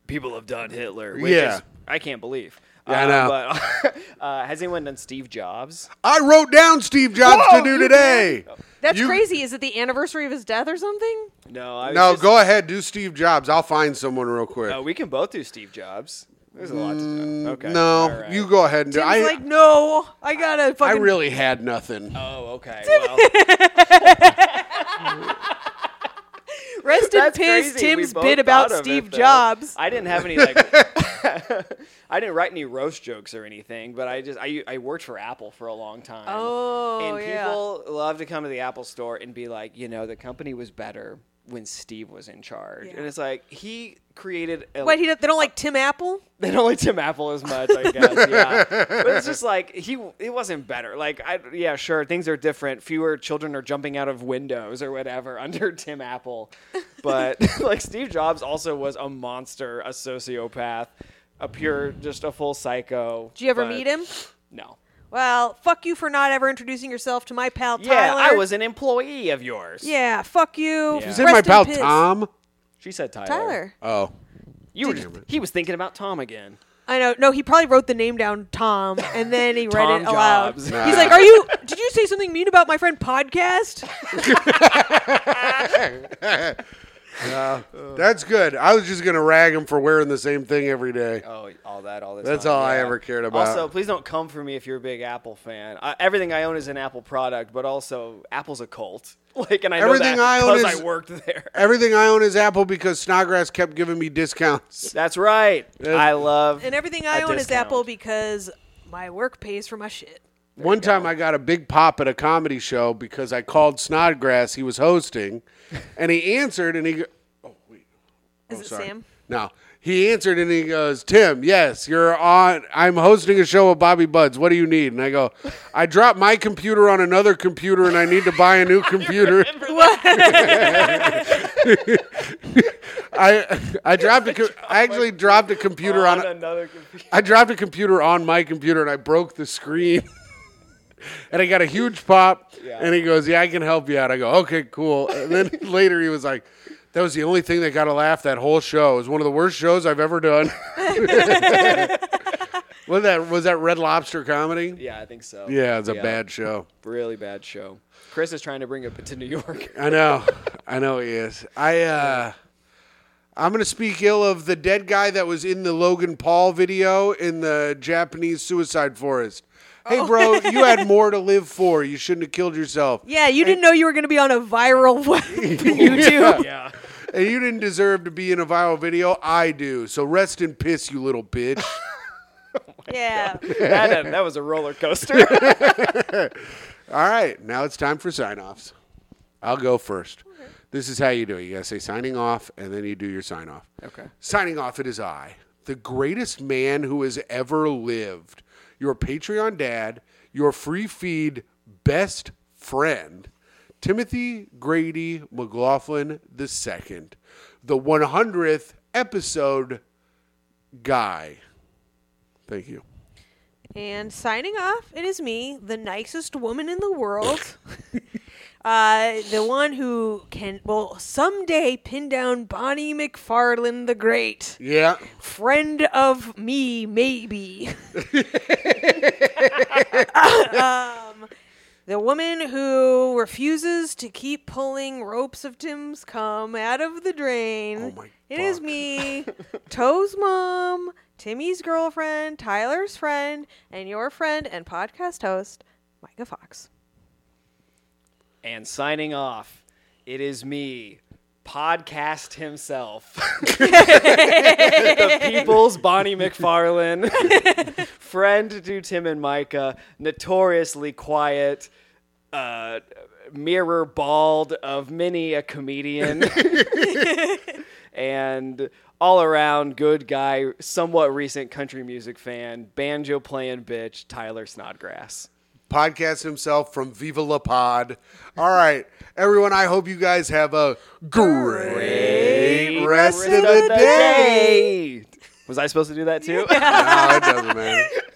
C: people have done Hitler. Which
A: Yeah.
C: Is, I can't believe.
A: Yeah, I
C: Uh, But [laughs] uh, has anyone done Steve Jobs?
A: I wrote down Steve Jobs to do today.
B: [laughs] That's
A: You-
B: crazy. Is it the anniversary of his death or something?
C: No. I was
A: No,
C: just-
A: go ahead. Do Steve Jobs. I'll find someone real quick.
C: No, we can both do Steve Jobs. There's a lot to do. Okay.
A: Mm, no,
C: All right.
A: you go ahead and do
B: Tim's
A: I,
B: like, no, I gotta
A: I
B: fucking.
A: really had nothing.
C: Oh, okay. Well,
B: rest in
C: that's
B: piss.
C: crazy. We
B: Tim's
C: both
B: bit
C: thought
B: about
C: of it,
B: Steve
C: though.
B: Jobs.
C: I didn't have any like.
B: [laughs]
C: [laughs] I didn't write any roast jokes or anything, but I just I, I worked for Apple for a long time.
B: Oh,
C: and
B: yeah.
C: people love to come to the Apple store and be like, you know, the company was better when Steve was in charge,
B: Yeah.
C: and it's like he created. A,
B: Wait, he, don't- they don't like Tim Apple.
C: they don't like Tim Apple as much, I guess. Yeah, but it's just like he it wasn't better. Like I yeah, sure, things are different. Fewer children are jumping out of windows or whatever [laughs] under Tim Apple, but [laughs] like Steve Jobs also was a monster, a sociopath, a pure, just a full psycho.
B: Did you ever
C: but-
B: meet him?
C: No.
B: Well, fuck you for not ever introducing yourself to my pal
C: Yeah,
B: Tyler.
C: I was an employee of yours.
B: Yeah, fuck you.
C: Yeah.
A: Is
C: Is
A: it
B: Rest
A: my
B: in
A: pal
B: piss.
A: Tom?
C: She said Tyler.
B: Tyler.
A: Oh.
C: You were just, he was thinking about Tom again.
B: I know. No, he probably wrote the name down, Tom, and then he read
C: Tom
B: it aloud.
C: Jobs.
B: He's like, "Are you? Did you say something mean about my friend podcast?"
A: That's good. I was just going to rag him for wearing the same thing every day.
C: Oh, all that, all this.
A: That's
C: time,
A: all I
C: yeah.
A: ever cared about.
C: Also, please don't come for me if you're a big Apple fan. I, everything I own is an Apple product, but also Apple's a cult. [laughs] Like, and I
A: Everything
C: know
A: I
C: that
A: own
C: because
A: is-
C: I worked there.
A: Everything I own is Apple because Snodgrass kept giving me discounts.
C: That's right. I love
B: And
C: [laughs]
B: everything I
C: a
B: own is
C: discount.
B: Apple because my work pays for my shit.
A: One time I got a big pop at a comedy show because I called Snodgrass, he was
C: [laughs]
A: hosting, and he answered and he go-
C: Oh,
B: Is it
A: sorry.
B: Sam?
A: No. He answered and he goes, Tim, yes, you're on. I'm hosting a show with Bobby Buds. What do you need? And I go, I dropped my computer on another computer and I need to buy a new computer. [laughs] I I dropped a co- I actually dropped a [laughs] computer on,
C: [laughs] on
A: a-
C: another computer.
A: I dropped a computer on my computer and I broke the screen. [laughs] and I got a huge pop.
C: Yeah.
A: And he goes, Yeah, I can help you out. I go, Okay, cool. And then [laughs] later he was like, That was the only thing that got a laugh that whole show. It was one of the worst shows I've ever
C: [laughs]
A: done. [laughs] was that was that Red Lobster comedy?
C: Yeah, I think so.
A: Yeah, it's a bad show.
C: really bad show. Chris is trying to bring it to
A: [laughs]
C: New York.
A: I know. I know he is. I uh I'm gonna speak ill of the dead guy that was in the Logan Paul video in the Japanese suicide forest. Hey bro, you had more to live for. You shouldn't have killed yourself.
B: Yeah, you didn't know you were going to be on a viral [laughs]
C: [laughs]
B: web.
A: YouTube.
C: yeah.
A: And you didn't deserve to be in a viral video. I do. So rest in piss, you little bitch.
B: yeah.
C: That, that was a
A: [laughs]
C: roller coaster.
A: All right, now it's time for sign offs. I'll go first. This is how you do it. You got to say signing off, and then you do your sign off.
C: Okay.
A: Signing off, it is I, the greatest man who has ever lived, your Patreon dad, your free feed best friend, Timothy Grady McLaughlin II, the 100th episode guy. Thank you.
B: And signing off, it is me, the nicest woman in the
C: [laughs]
B: world. uh, the one who can, well, someday pin down Bonnie McFarland the Great.
A: Yeah.
B: Friend of me, maybe. um, Um, the woman who refuses to keep pulling ropes of Tim's cum out of the drain.
A: Oh my
B: It is
A: fuck. [laughs]
B: me, Toe's mom, Timmy's girlfriend, Tyler's friend, and your friend and podcast host, Micah Fox.
C: and signing off, it is me, podcast himself, [laughs] the people's Bonnie McFarlane, [laughs] friend to Tim and Micah, notoriously quiet, uh, mirror bald of many a comedian, and all around good guy, somewhat recent country music fan, banjo playing bitch, Tyler Snodgrass.
A: podcast himself from Viva La Pod. All right, everyone, I hope you guys have a great rest of the day.
C: Was I supposed to do that too?
A: [laughs] No, it doesn't matter.